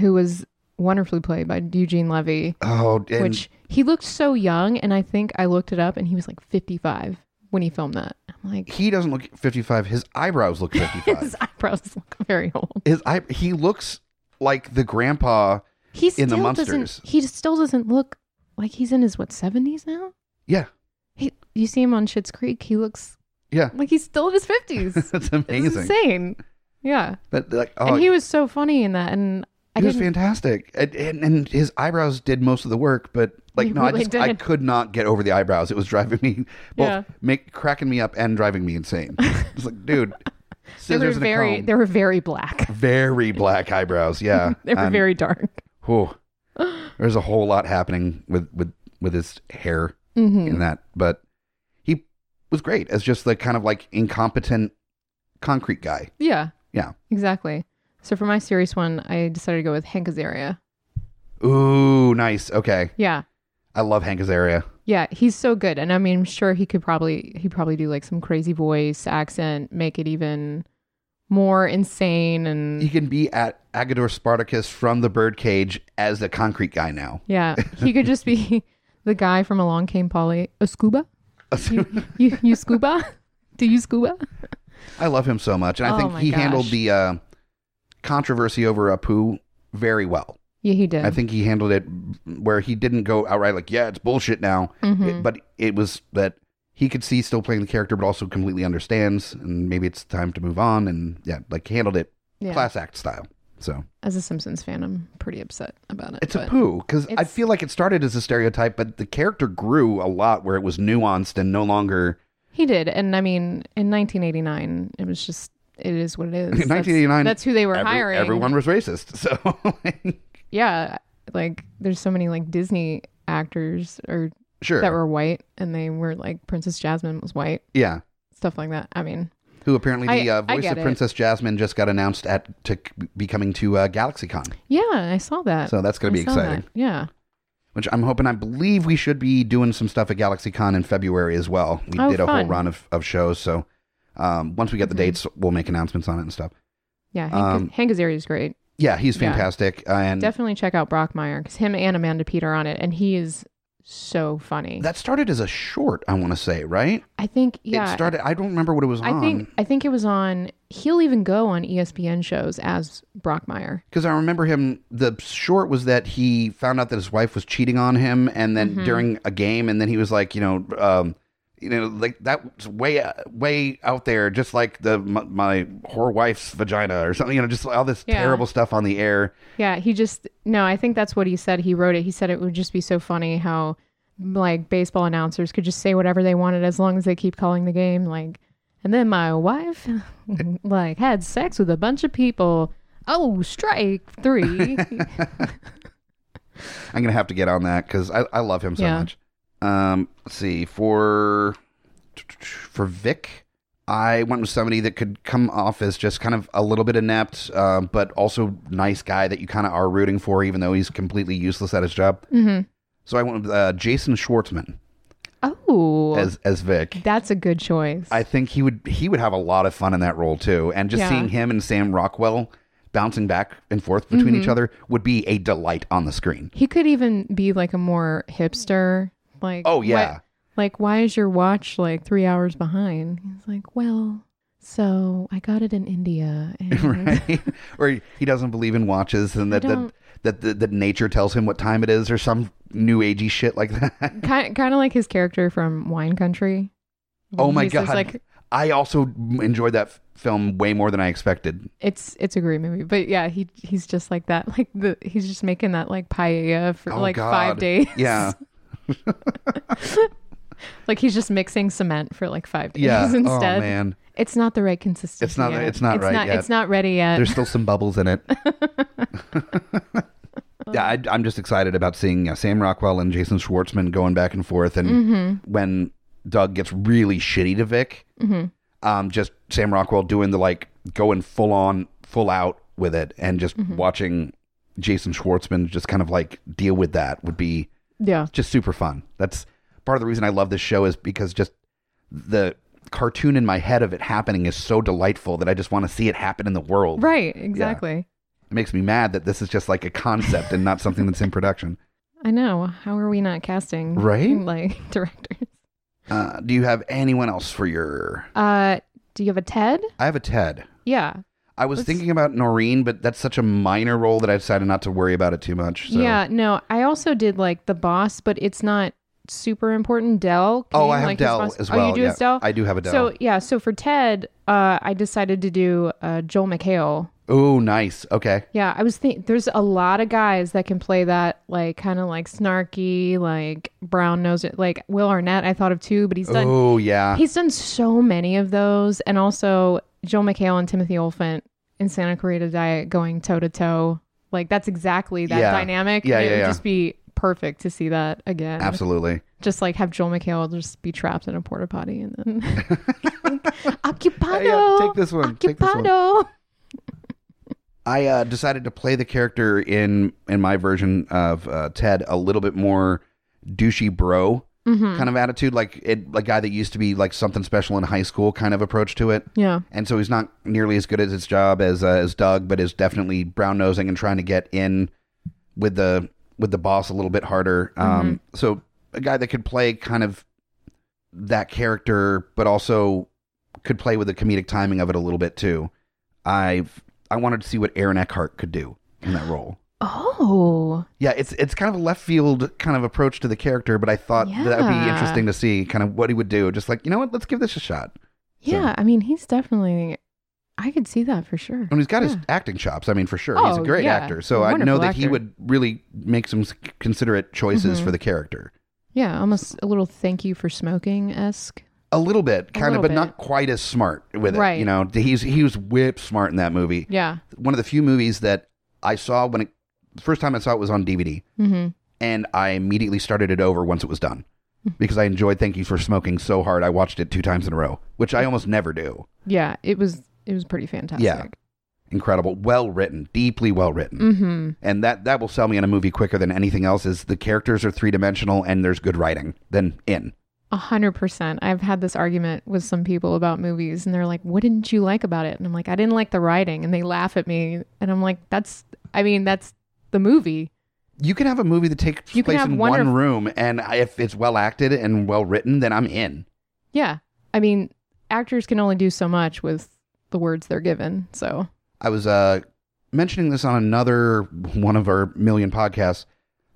who was wonderfully played by Eugene Levy,
Oh, and
which he looked so young, and I think I looked it up, and he was like 55 when he filmed that. I'm like,
he doesn't look 55. His eyebrows look 55.
his eyebrows look very old.
His eye, he looks like the grandpa.
He still
In the Munsters.
doesn't. He still doesn't look like he's in his what 70s now.
Yeah,
He, you see him on Schitt's Creek. He looks
yeah.
like he's still in his 50s.
That's
It's
amazing.
insane. Yeah.
That, like, oh,
and he was so funny in that. And I
he was
didn't.
fantastic, and, and, and his eyebrows did most of the work. But like,
He
no, I
really
just I
did.
could not get over the eyebrows. It was driving me both
Yeah.
make cracking me up and driving me insane. it's like, dude,
they were
scissors and
very.
a comb.
They were very black.
very black eyebrows. Yeah,
They were
And,
very dark.
whew, there's a whole lot happening with with with his hair
Mm-hmm. Mm.
in that, but he was great as just the kind of like incompetent concrete guy.
Yeah.
Yeah.
Exactly. So for my serious one, I decided to go with Hank Azaria.
Ooh, nice. Okay,
Yeah.
I love Hank Azaria.
Yeah, he's so good, and I mean, I'm sure he could probably he probably do like some crazy voice accent, make it even more insane,
He
and
can be at Agador Spartacus from the birdcage as the concrete guy now.
yeah, he could just be the guy from Along Came Polly. A scuba? You you scuba? Do you scuba?
I love him so much, and I
Oh
think
my
he
gosh.
handled the uh, controversy over Apu very well.
Yeah, he did.
I think he handled it where he didn't go outright like, "Yeah, it's bullshit now,"
Mm-hmm.
It- but it was that he could see still playing the character, but also completely understands, and maybe it's time to move on. And yeah, like handled it
yeah.
class act style. So
As a Simpsons fan, I'm pretty upset about it.
it's
but-
a poo because I
it's-
feel like it started as a stereotype, but the character grew a lot where it was nuanced and no longer.
He did, and I mean, in 1989, it was just it is what it is.
In
That's-
1989,
that's, who they were
every-
hiring.
Everyone was racist, so like,
yeah, like there's so many like Disney actors or
sure,
that were white and they were like Princess Jasmine was white,
yeah.
stuff like that. I mean,
Who apparently the
I-
uh,
I
voice
get
of
it.
Princess Jasmine just got announced at to c- be coming to uh, GalaxyCon,
yeah, I saw that.
so that's
Uh, I
going to be
saw that.
exciting.
Yeah.
which I'm hoping I believe we should be doing some stuff at GalaxyCon in February as well. We
Oh,
did a whole
fun. Mm-hmm.
run of, of shows, so um, once we get the dates, we'll make announcements on it and stuff.
Yeah. Hank,
Um,
Hank Azaria is great.
Yeah, he's
Yeah.
fantastic, uh, and
Definitely check out Brockmeyer because him and Amanda Peter on it, and he is so funny.
that started as a short. I want to say, right?
I think yeah.
it started. I don't remember what it was
I
on
think I think it was on. He'll even go on E ESPN shows as Brockmeyer.
because I remember him. The short was that he found out that his wife was cheating on him, and then during a game, and then he was like, you know, um, you know, like that's way way out there, just like the my, my whore wife's vagina or something. You know, just all this
Yeah.
terrible stuff on the air.
Yeah, he just no, I think that's what he said. He wrote it. He said it would just be so funny how like baseball announcers could just say whatever they wanted as long as they keep calling the game like and then my wife like had sex with a bunch of people. Oh, strike 3.
I'm gonna have to get on that because I, I love him so
Yeah.
much. Um, let's see for for Vic, I went with somebody that could come off as just kind of a little bit inept, um, but also nice guy that you kind of are rooting for, even though he's completely useless at his job.
Mhm.
So I went with uh, Jason Schwartzman
oh.
as as Vic.
that's a good choice.
I think he would he would have a lot of fun in that role too, and just
Yeah.
seeing him and Sam Rockwell bouncing back and forth between
Mm-hmm.
each other would be a delight on the screen.
he could even be like a more hipster like
Oh
what-
yeah.
Like, why is your watch like three hours behind? He's like, well, so I got it in India. And
right? or he- he doesn't believe in watches and that that,
Mm-hmm. don't-
that the, that nature tells him what time it is or some new agey shit like that.
kind, kind of like his character from Wine Country.
oh my
He's
god!
just like
I also enjoyed that f- film way more than I expected.
it's it's a great movie, but yeah, he he's just like that. Like the he's just making that like paella for
Oh,
like
God.
five days.
Yeah,
like he's just mixing cement for like five days
yeah. oh
instead.
man,
It's not the right consistency.
It's not-
yet.
it's not right yet.
It's not ready yet.
There's still some bubbles in it. yeah, I, I'm just excited about seeing uh, Sam Rockwell and Jason Schwartzman going back and forth, and when Doug gets really shitty to Vic, um, just Sam Rockwell doing the like going full on, full out with it, and just watching Jason Schwartzman just kind of like deal with that would be
yeah.
just super fun. That's part of the reason I love this show is because just the cartoon in my head of it happening is so delightful that I just want to see it happen in the world.
Right. Exactly.
It makes me mad that this is just like a concept and not something that's in production.
I know. How are we not casting
Right?
like directors?
Uh, do you have anyone else for your?
Uh, do you have a Ted?
I have a Ted.
Yeah.
I was
Let's-
thinking about Noreen, but that's such a minor role that I decided not to worry about it too much. So.
Yeah. No, I also did like the boss, but it's not super important. Dell. Can
Oh,
you,
I have
like, his
Dell
boss-
as
Oh,
well.
you do
yeah.
as Dell.
I do have a Dell.
So yeah. So for Ted, uh, I decided to do uh, Joel McHale.
oh, nice. Okay.
Yeah, I was think there's a lot of guys that can play that like kind of like snarky, like brown nose, like Will Arnett. I thought of too, but he's done
Oh, yeah.
he's done so many of those, and also Joel McHale and Timothy Olyphant in Santa Clarita Diet going toe to toe. Like that's exactly that
Yeah.
dynamic.
Yeah,
it
yeah,
would
yeah.
just be perfect to see that again.
Absolutely.
Just like have Joel McHale just be trapped in a porta potty and then occupado.
Yeah, take this one, take this one.
Occupado.
I uh, decided to play the character in in my version of uh, Ted a little bit more douchey bro
Mm-hmm. Mm.
kind of attitude, like it, like guy that used to be like something special in high school kind of approach to it.
Yeah.
And so he's not nearly as good at his job as uh, as Doug, but is definitely brown nosing and trying to get in with the with the boss a little bit harder. Um, So a guy that could play kind of that character, but also could play with the comedic timing of it a little bit too. I've I wanted to see what Aaron Eckhart could do in that role.
Oh.
Yeah, it's it's kind of a left field kind of approach to the character, but I thought that would be
Yeah.
interesting to see kind of what he would do. Just like you know what, let's give this a shot.
Yeah, I mean, he's definitely. I could see that for sure.
And he's got his acting chops. I mean, for sure, he's a
Oh,
great
yeah.
actor. So I know
Wonderful
that he
actor. Mm-hmm.
would really make some s- considerate choices for the character.
Yeah, almost a little thank you for smoking esque.
A little bit, kind of,
little
but
bit.
not quite as smart with it. You
Right.
know, he's he was whip smart in that movie.
Yeah.
One of the few movies that I saw when it the first time I saw it was on DVD,
Mm-hmm.
and I immediately started it over once it was done
Hmm.
because I enjoyed Thank You for Smoking so hard. I watched it two times in a row, which
Hmm.
I almost never do.
Yeah, it was it was pretty fantastic.
Yeah. Incredible, well written, deeply well written.
Mm-hmm.
and that that will sell me on a movie quicker than anything else is the characters are three-dimensional and there's good writing then in
A hundred percent. I've had this argument with some people about movies, and they're like, "What didn't you like about it?" And I'm like, "I didn't like the writing," and they laugh at me, and I'm like, "That's, I mean, that's the movie."
you can have a movie that takes
You can
place
have
in
wonder-
one room and I- if it's well acted and well written then i'm in
Yeah, I mean, actors can only do so much with the words they're given. So
i was uh mentioning this on another one of our million podcasts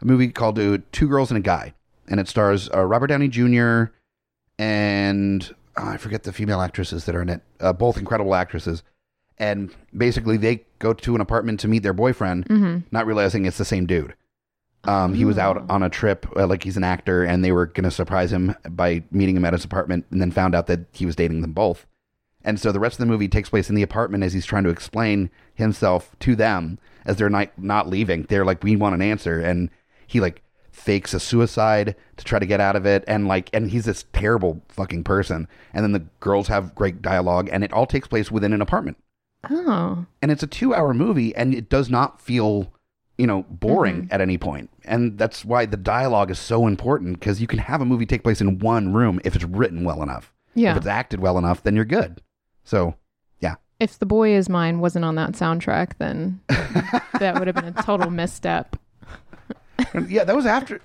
a movie called uh, two girls and a guy and it stars uh, robert downey jr and oh, i forget the female actresses that are in it uh, both incredible actresses and basically they go to an apartment to meet their boyfriend
mm-hmm.
not realizing it's the same dude. Um, he was
Oh.
out on a trip, uh, like he's an actor, and they were going to surprise him by meeting him at his apartment, and then found out that he was dating them both. And so the rest of the movie takes place in the apartment as he's trying to explain himself to them as they're not not leaving. They're like, "We want an answer," and he like fakes a suicide to try to get out of it, and like, and he's this terrible fucking person. And then the girls have great dialogue, and it all takes place within an apartment
oh,
and it's a two hour movie and it does not feel you know boring
Mm-hmm.
at any point and that's why the dialogue is so important because you can have a movie take place in one room if it's written well enough
yeah.
if it's acted well enough then you're good so
if the boy is mine wasn't on that soundtrack then that would have been a total misstep
yeah that was after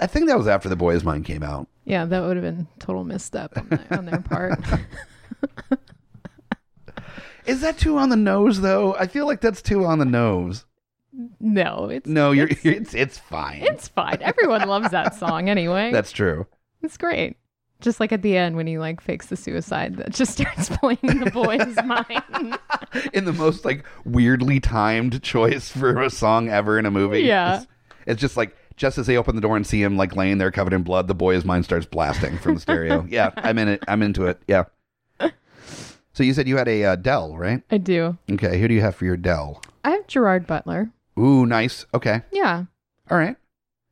i think that was after the boys mine came out
yeah that would have been total misstep on, the, on their part
is that too on the nose though i feel like that's too on the nose
no it's
no you're
it's,
it's it's, fine
it's fine everyone loves that song anyway
that's true
it's great just like at the end when he like fakes the suicide that just starts playing the boy's mind
in the most like weirdly timed choice for a song ever in a movie.
Yeah.
It's, it's just like just as they open the door and see him like laying there covered in blood, the boy's mind starts blasting from the stereo. yeah, I'm in it. I'm into it. Yeah. So you said you had a uh, Dell, right?
I do.
Okay. Who do you have for your Dell?
I have Gerard Butler.
Ooh, nice. Okay.
Yeah.
All right.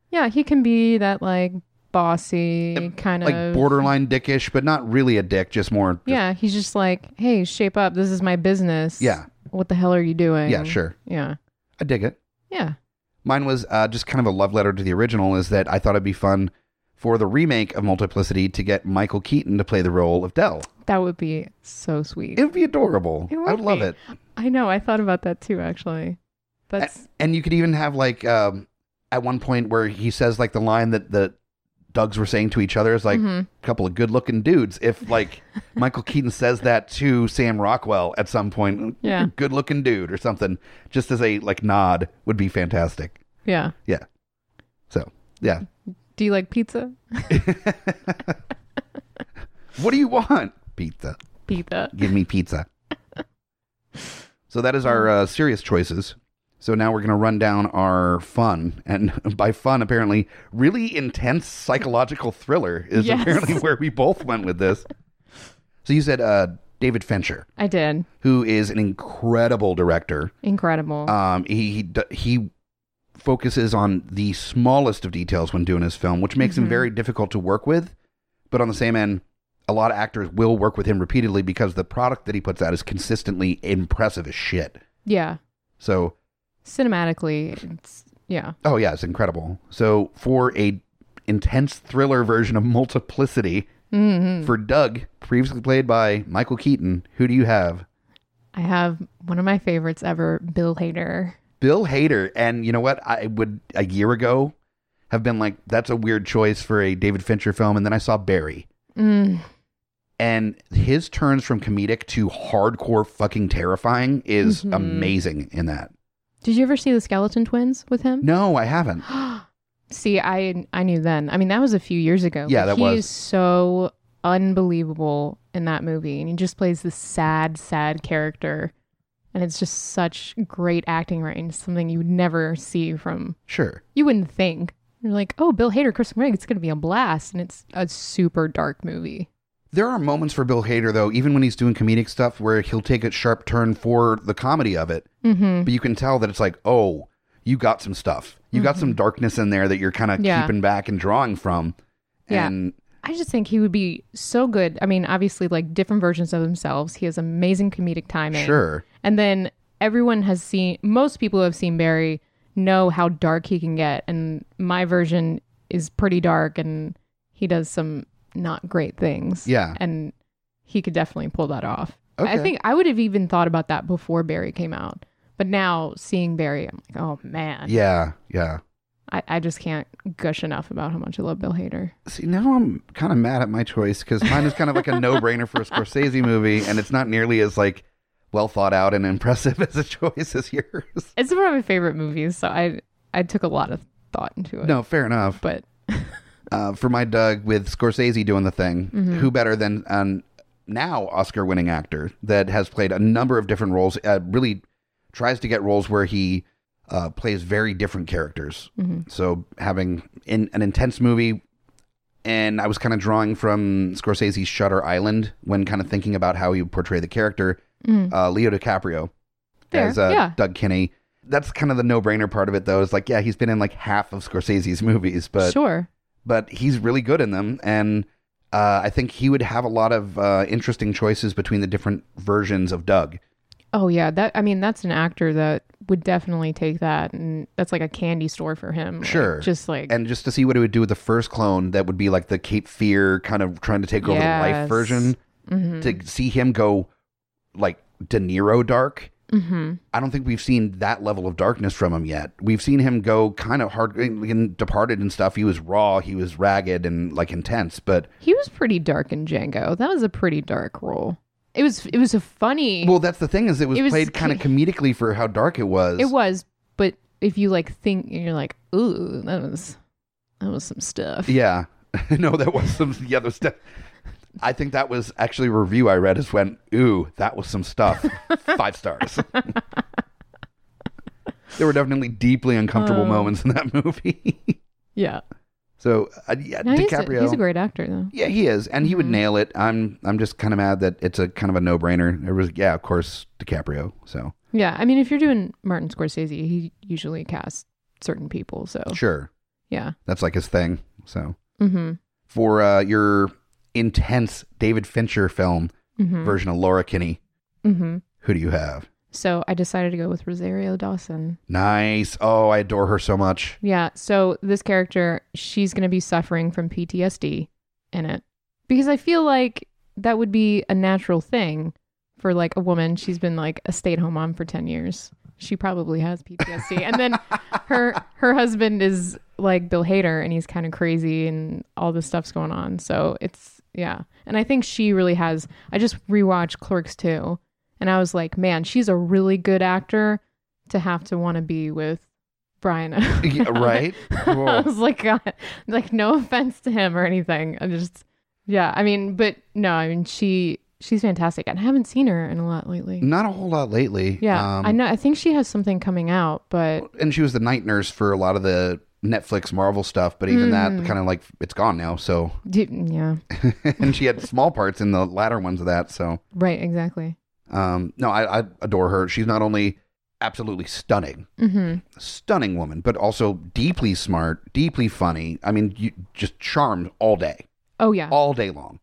Yeah, he can be that like bossy kind
Like
of
borderline dickish, but not really a dick, just more. just-
Yeah, he's just like, "Hey, shape up. This is my business."
Yeah.
What the hell are you doing?
Yeah, sure.
Yeah.
I dig it.
Yeah.
Mine was uh, just kind of a love letter to the original, is that I thought it'd be fun for the remake of Multiplicity to get Michael Keaton to play the role of Dell.
That would be so sweet.
It would be adorable.
It
I
would
would love
be.
it.
I know. I thought about that too actually. That's
A- and you could even have like um, at one point where he says like the line that the Dugs were saying to each other is like
Mm-hmm.
a couple of good looking dudes. If like Michael Keaton says that to Sam Rockwell at some point,
Yeah.
good looking dude or something, just as a like nod would be fantastic.
yeah.
Yeah. So yeah,
Do you like pizza?
what do you want? Pizza.
Pizza.
Give me pizza. so that is our uh, serious choices. So now we're going to run down our fun, and by fun, apparently, really intense psychological thriller is
Yes.
apparently where we both went with this. So you said uh, David Fincher,
I did.
who is an incredible director.
Incredible.
Um, he he d- he focuses on the smallest of details when doing his film, which makes him very difficult to work with. But on the same end, a lot of actors will work with him repeatedly because the product that he puts out is consistently impressive as shit.
yeah.
So,
Cinematically, it's yeah.
oh yeah, it's incredible. So for a intense thriller version of Multiplicity,
hmm
for Doug, previously played by Michael Keaton, who do you have?
I have one of my favorites ever, Bill Hader.
Bill Hader. And you know what? I would a year ago have been like, that's a weird choice for a David Fincher film. And then I saw Barry.
Mm,
And his turns from comedic to hardcore fucking terrifying is
Mhm.
amazing in that.
Did you ever see the Skeleton Twins with him?
No, I haven't.
See, I I knew then. I mean, that was a few years ago.
Yeah,
but
that
he
was.
is so unbelievable in that movie, and he just plays this sad, sad character, and it's just such great acting range. Something you would never see from.
Sure.
You wouldn't think. You're like, oh, Bill Hader, Chris Craig, it's gonna be a blast, and it's a super dark movie.
There are moments for Bill Hader, though, even when he's doing comedic stuff, where he'll take a sharp turn for the comedy of it.
Mm-hmm.
But you can tell that it's like, oh, you got some stuff. You got some darkness in there that you're kind of
Mm-hmm. Yeah.
keeping back and drawing from.
Yeah.
And
I just think he would be so good. I mean, obviously, like different versions of themselves. He has amazing comedic timing.
sure.
And then everyone has seen, most people who have seen Barry know how dark he can get. And my version is pretty dark and he does some not great things.
Yeah.
And he could definitely pull that off. I
Okay.
think I would have even thought about that before Barry came out. But now seeing Barry, I'm like, oh man,
Yeah. Yeah.
I, I just can't gush enough about how much I love Bill Hader.
See, now I'm kind of mad at my choice because mine is kind of like a no-brainer for a Scorsese movie, and it's not nearly as like well thought out and impressive as a choice as yours.
It's one of my favorite movies, so I I took a lot of thought into it.
No, fair enough.
But
Uh, for my Doug with Scorsese doing the thing, who better than um, now Oscar-winning actor that has played a number of different roles? Uh, really tries to get roles where he uh, plays very different characters.
mm-hmm.
So having in an intense movie and I was kind of drawing from Scorsese's Shutter Island when kind of thinking about how he would portray the character,
Mm-hmm.
uh, Leo DiCaprio
Fair,
as uh,
yeah.
Doug Kinney. That's kind of the no-brainer part of it, though. Is like, yeah, he's been in like half of Scorsese's movies, but
sure.
but he's really good in them, and uh, I think he would have a lot of uh, interesting choices between the different versions of Doug.
Oh yeah, that I mean that's an actor that would definitely take that and that's like a candy store for him. Like,
Sure.
just like
and just to see what it would do with the first clone that would be like the Cape Fear kind of trying to take over the life
Yes.
version
mm-hmm,
to see him go like De Niro dark. Mm-hmm. I don't think we've seen that level of darkness from him yet. We've seen him go kind of hard in, in Departed and stuff. He was raw, he was ragged and like intense, but
he was pretty dark in Django. That was a pretty dark role. It was it was a funny
well, that's the thing is it was,
It was
played kind of comedically for how dark it was.
it was, but if you like think you're like, ooh, that was that was some stuff.
Yeah. no, that was some the other stuff. I think that was actually a review I read is when, ooh, that was some stuff. Five stars.
Uh.
there were definitely deeply uncomfortable moments in that movie.
Yeah.
So uh, yeah,
No, he's a-
DiCaprio.
he's a great Mm-hmm. actor though.
Yeah, he is, and he would nail it. I'm I'm just kind of mad that it's a kind of a no brainer. It was yeah, of course DiCaprio. So
Yeah, I mean, if you're doing Martin Scorsese, he usually casts certain people. So
sure,
yeah,
that's like his thing. So
mm-hmm.
for uh, your intense David Fincher film
Mm-hmm.
version of Laura Kinney,
mm-hmm.
who do you have?
So I decided to go with Rosario Dawson.
Nice. Oh, I adore her so much.
Yeah. So this character, she's going to be suffering from PTSD in it because I feel like that would be a natural thing for like a woman. She's been like a stay at home mom for 10 years. She probably has PTSD. and then her, her husband is like Bill Hader and he's kind of crazy and all this stuff's going on. So it's, yeah. And I think she really has, I just rewatched Clerks 2 and I was like, man, she's a really good actor to have to want to be with Brian.
Yeah, right?
I
Whoa.
was like, God, like no offense to him or anything. I just, yeah, I mean, but no, I mean, she she's fantastic, and I haven't seen her in a lot lately.
Not a whole lot lately.
Yeah,
Mm, Um,
I know. I think she has something coming out, but
And she was the night nurse for a lot of the Netflix Marvel stuff, but even
Mm.
that kind of like it's gone now. So
d- yeah,
and she had small parts in the latter ones of that. So
right, exactly.
Um, no, I, I adore her. She's not only absolutely stunning,
hmm
stunning woman, but also deeply smart, deeply funny. I mean, you, just charmed all day,
Oh yeah.
all day long.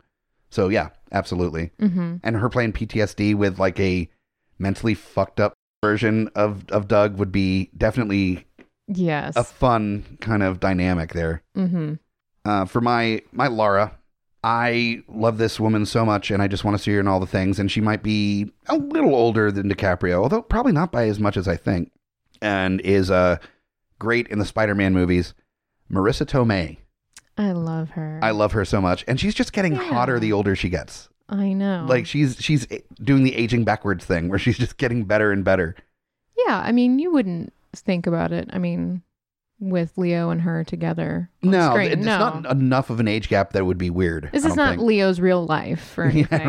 So yeah, absolutely.
hmm
And her playing PTSD with like a mentally fucked up version of of Doug would be definitely
Yes.
a fun kind of dynamic there.
hmm
Uh, for my my Lara, I love this woman so much, and I just want to see her in all the things. And she might be a little older than DiCaprio, although probably not by as much as I think. And is uh, great in the Spider-Man movies. Marissa Tomei,
I love her.
I love her so much, and she's just getting
Yeah. Oh.
hotter the older she gets.
I know.
Like she's she's doing the aging backwards thing, where she's just getting better and better.
yeah, I mean, you wouldn't think about it. I mean, with Leo and her together. on
No,
screen.
it's
no.
not enough of an age gap that it would be weird.
this
I
is
don't
not
think.
Leo's real life or anything.
Yeah,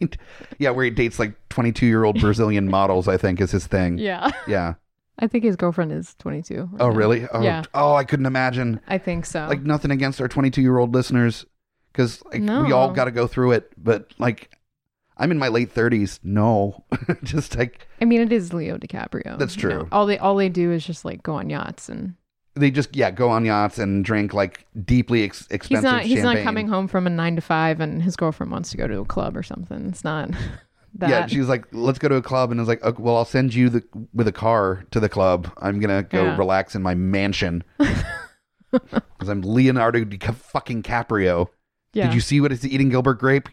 right. Yeah, where he dates like 22 year old Brazilian models, I think is his thing. Yeah.
yeah. I think his girlfriend is 22. right
Oh,
now.
really? Oh,
Yeah.
oh, I couldn't imagine.
I think so.
Like, nothing against our 22 year old listeners because like, we
No.
all got to go through it. But like, I'm in my late 30s. No, just like
I mean, it is Leo DiCaprio.
That's
you know.
true.
all they all they do is just like go on yachts and
they just, yeah, go on yachts and drink like deeply ex- expensive
he's not he's
champagne.
not coming home from a nine to five and his girlfriend wants to go to a club or something. It's not that.
Yeah, she's like, let's go to a club, and I was like, okay, well, I'll send you the with a car to the club. I'm gonna go
Yeah.
relax in my mansion because I'm Leonardo Di fucking Caprio.
yeah.
Did you see what is eating Gilbert Grape?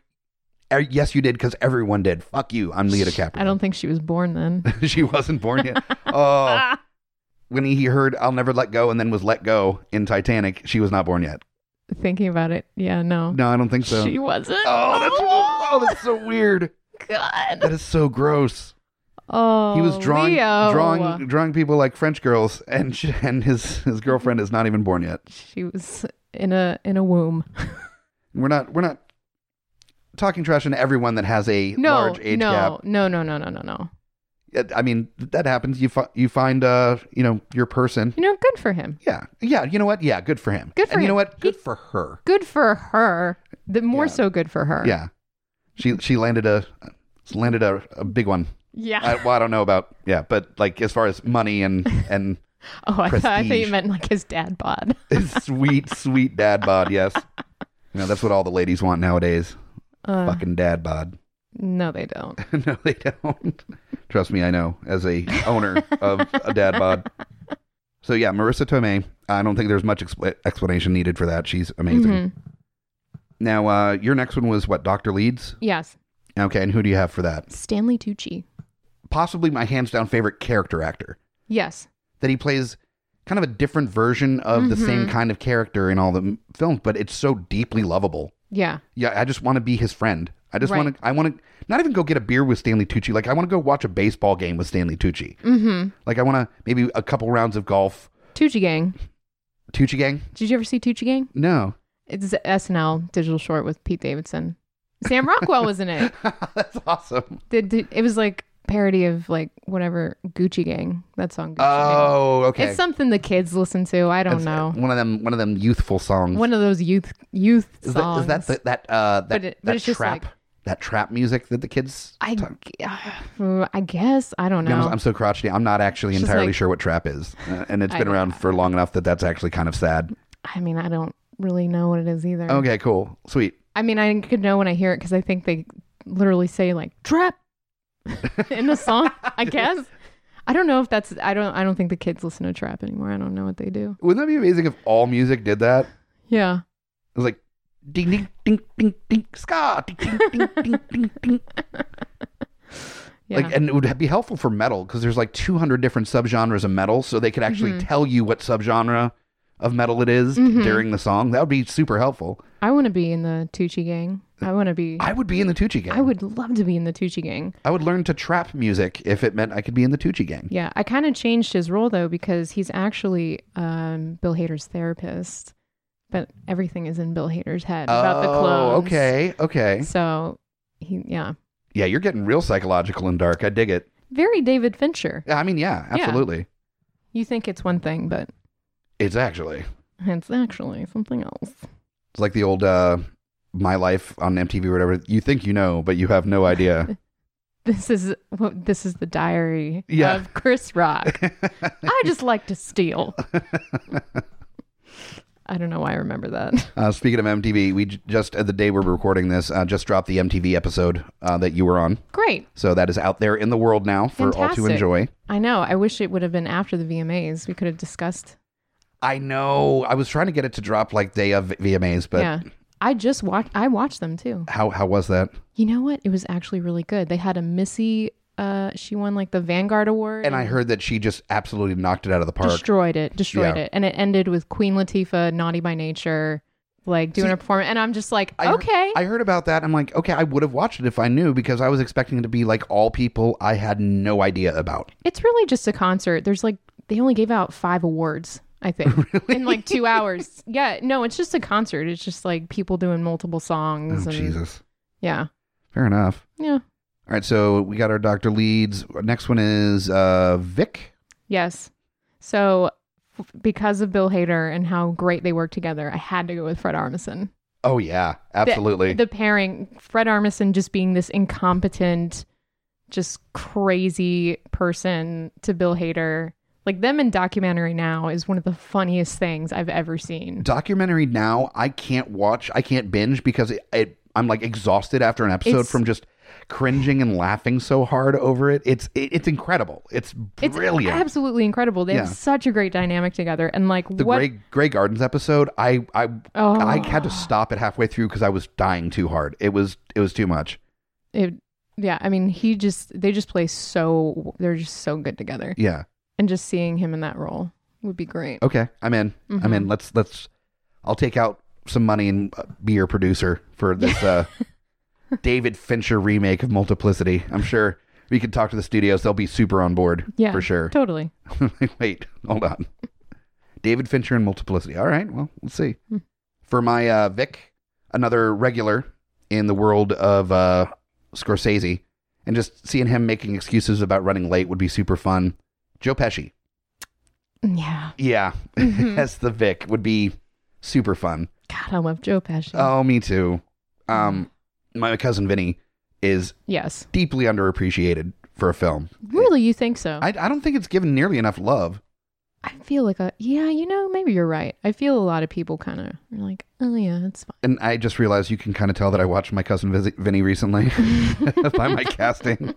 Er, yes, you did because everyone did. Fuck you, I'm Leo DiCaprio.
I don't think she was born then.
she wasn't born yet. oh, when he heard "I'll never let go" and then was let go in Titanic, she was not born yet.
Thinking about it, yeah, no,
No, I don't think so.
she wasn't.
oh, that's oh, that's so weird.
God.
That is so gross.
Oh,
he was drawing
Leo.
drawing drawing people like French girls, and sh and his his girlfriend is not even born yet.
She was in a in a womb.
We're not we're not talking trash on everyone that has a
No,
large age
no,
gap.
no, no, no, no, no, no.
It- I mean that happens. You fi- you find uh you know your person.
You know, good for him.
Yeah, yeah. You know what? Yeah, good for him.
Good for
and You know
him.
what? Good
He-
for her.
good for her. The more
Yeah.
so good for her.
Yeah, she she landed a landed a, a big one.
Yeah.
I, well, I don't know about yeah, but like as far as money and and
oh, I thought, I thought you
prestige.
meant like his dad bod.
his sweet sweet dad bod. Yes, you know that's what all the ladies want nowadays.
Uh,
Fucking dad bod.
no, they don't.
no, they don't. Trust me, I know. As a owner of a dad bod. So yeah, Marissa Tomei. I don't think there's much expl- explanation needed for that. She's amazing.
Mhm.
Now, uh, your next one was what? Doctor Leeds.
Yes.
Okay, and who do you have for that?
Stanley Tucci.
Possibly my hands down favorite character actor
Yes.
that he plays kind of a different version of the same kind of character in all the m- films, but it's so deeply lovable.
Yeah.
Yeah, I just want to be his friend. I just
Right.
want to. I want to not even go get a beer with Stanley Tucci. Like I want to go watch a baseball game with Stanley Tucci.
Mm-hmm.
Like I want to maybe a couple rounds of golf.
Tucci Gang.
Tucci gang?
Did you ever see Tucci Gang?
No.
It's a SNL digital short with Pete Davidson. Sam Rockwell was in it.
That's awesome.
Did, did- it was like parody of like whatever Gucci Gang. That song. Gucci Gang.
Oh, okay.
It's something the kids listen to. I don't
It's
know.
One of them, one of them youthful songs.
One of those youth youth
is, that,
songs.
is that the, that uh that,
But it- but
that
it's just
trap
like-
that trap music that the kids?
I,
talk-
uh, I guess I don't
To be honest,
know.
I'm so crotchety. I'm not actually
It's just
entirely
like-
sure what trap is, Uh, and it's
I
been
know.
around for long enough that that's actually kind of sad.
I mean, I don't really know what it is either.
Okay, cool, sweet.
I mean, I could know when I hear it because I think they literally say like "trap" in the song. I guess I don't know if that's I don't I don't think the kids listen to trap anymore. I don't know what they do.
Wouldn't that be amazing if all music did that? It
Yeah,
was like ding ding ding ding ding ska ding ding ding ding ding ding.
yeah.
Like, and it would be helpful for metal because there's like 200 different subgenres of metal, so they could actually
Mm-hmm.
tell you what subgenre of metal it is during the song. That would be super helpful.
I want to be in the Tucci gang. I want to be.
I would be in the Tucci gang.
I would love to be in the Tucci gang.
I would learn to trap music if it meant I could be in the Tucci gang.
Yeah, I kind of changed his role though because he's actually um, Bill Hader's therapist, but everything is in Bill Hader's head about the
oh,
clones.
okay, okay.
So he, yeah,
Yeah, you're getting real psychological and dark. I dig it.
very David Fincher.
I mean, yeah,
Yeah.
absolutely.
You think it's one thing, but
It's actually
it's actually something else.
it's like the old uh, "My Life" on MTV or whatever. You think you know, but you have no idea.
This is what this is the diary
Yeah.
of Chris Rock. I just like to steal. I don't know why I remember that.
Uh, speaking of MTV, we j- just uh, the day we're recording this uh, just dropped the MTV episode uh, that you were on,
Great.
so that is out there in the world now for all
Fantastic.
to enjoy.
I know. I wish it would have been after the VMAs. We could have discussed.
I know. I was trying to get it to drop like day of VMAs, but
yeah. I just watched I watched them too.
how how was that?
You know what? It was actually really good. They had a Missy uh she won like the Vanguard Award.
And I heard that she just absolutely knocked it out of the park.
destroyed it. Destroyed
Yeah.
it. And it ended with Queen Latifah, Naughty by Nature, like doing a performance. And I'm just like,
I-
okay.
I heard about that. I'm like, okay, I would have watched it if I knew because I was expecting it to be like all people I had no idea about.
It's really just a concert. There's like they only gave out five awards, I think, in like two hours. Yeah, no, it's just a concert. It's just like people doing multiple songs.
Oh,
and,
Jesus.
Yeah,
Fair enough.
yeah,
All right, so we got our Dr. Leeds. Next one is uh, Vic.
yes. So f- because of Bill Hader and how great they work together, I had to go with Fred Armisen.
Oh, yeah,
The-
absolutely.
the, pairing, Fred Armisen just being this incompetent, just crazy person to Bill Hader. Like them in documentary now is one of the funniest things I've ever seen.
Documentary now, I can't watch, I can't binge because it, it, I'm like exhausted after an episode
It's-
from just cringing and laughing so hard over it. It's it, it's incredible. It's
It's
brilliant.
absolutely incredible. They
Yeah.
have such a great dynamic together, and like
the
what?
Grey Grey Gardens episode, I I
oh,
I had to stop it halfway through because I was dying too hard. It was it was too much.
it, yeah. I mean, he just they just play so they're just so good together,
Yeah.
and just seeing him in that role would be great.
Okay. I'm in. I'm in. Let's let's. I'll take out some money and uh, be your producer for this uh, David Fincher remake of Multiplicity. I'm sure we could talk to the studios. They'll be super on board.
Yeah,
For sure.
totally.
Wait. Hold on. David Fincher and Multiplicity. All right. Well, let's see. For my uh, Vic, another regular in the world of uh, Scorsese, and just seeing him making excuses about running late would be super fun. Joe Pesci.
Yeah,
Yeah,
Mm-hmm.
as the Vic would be super fun.
God, I love Joe Pesci.
Oh, me too. Um, my cousin Vinny is
yes,
deeply underappreciated for a film.
really, you think so?
I, I don't think it's given nearly enough love.
I feel like a yeah, you know, maybe you're right. I feel a lot of people kind of are like, oh yeah, it's fine.
And I just realized you can kind of tell that I watched my cousin Viz- Vinny recently by my casting.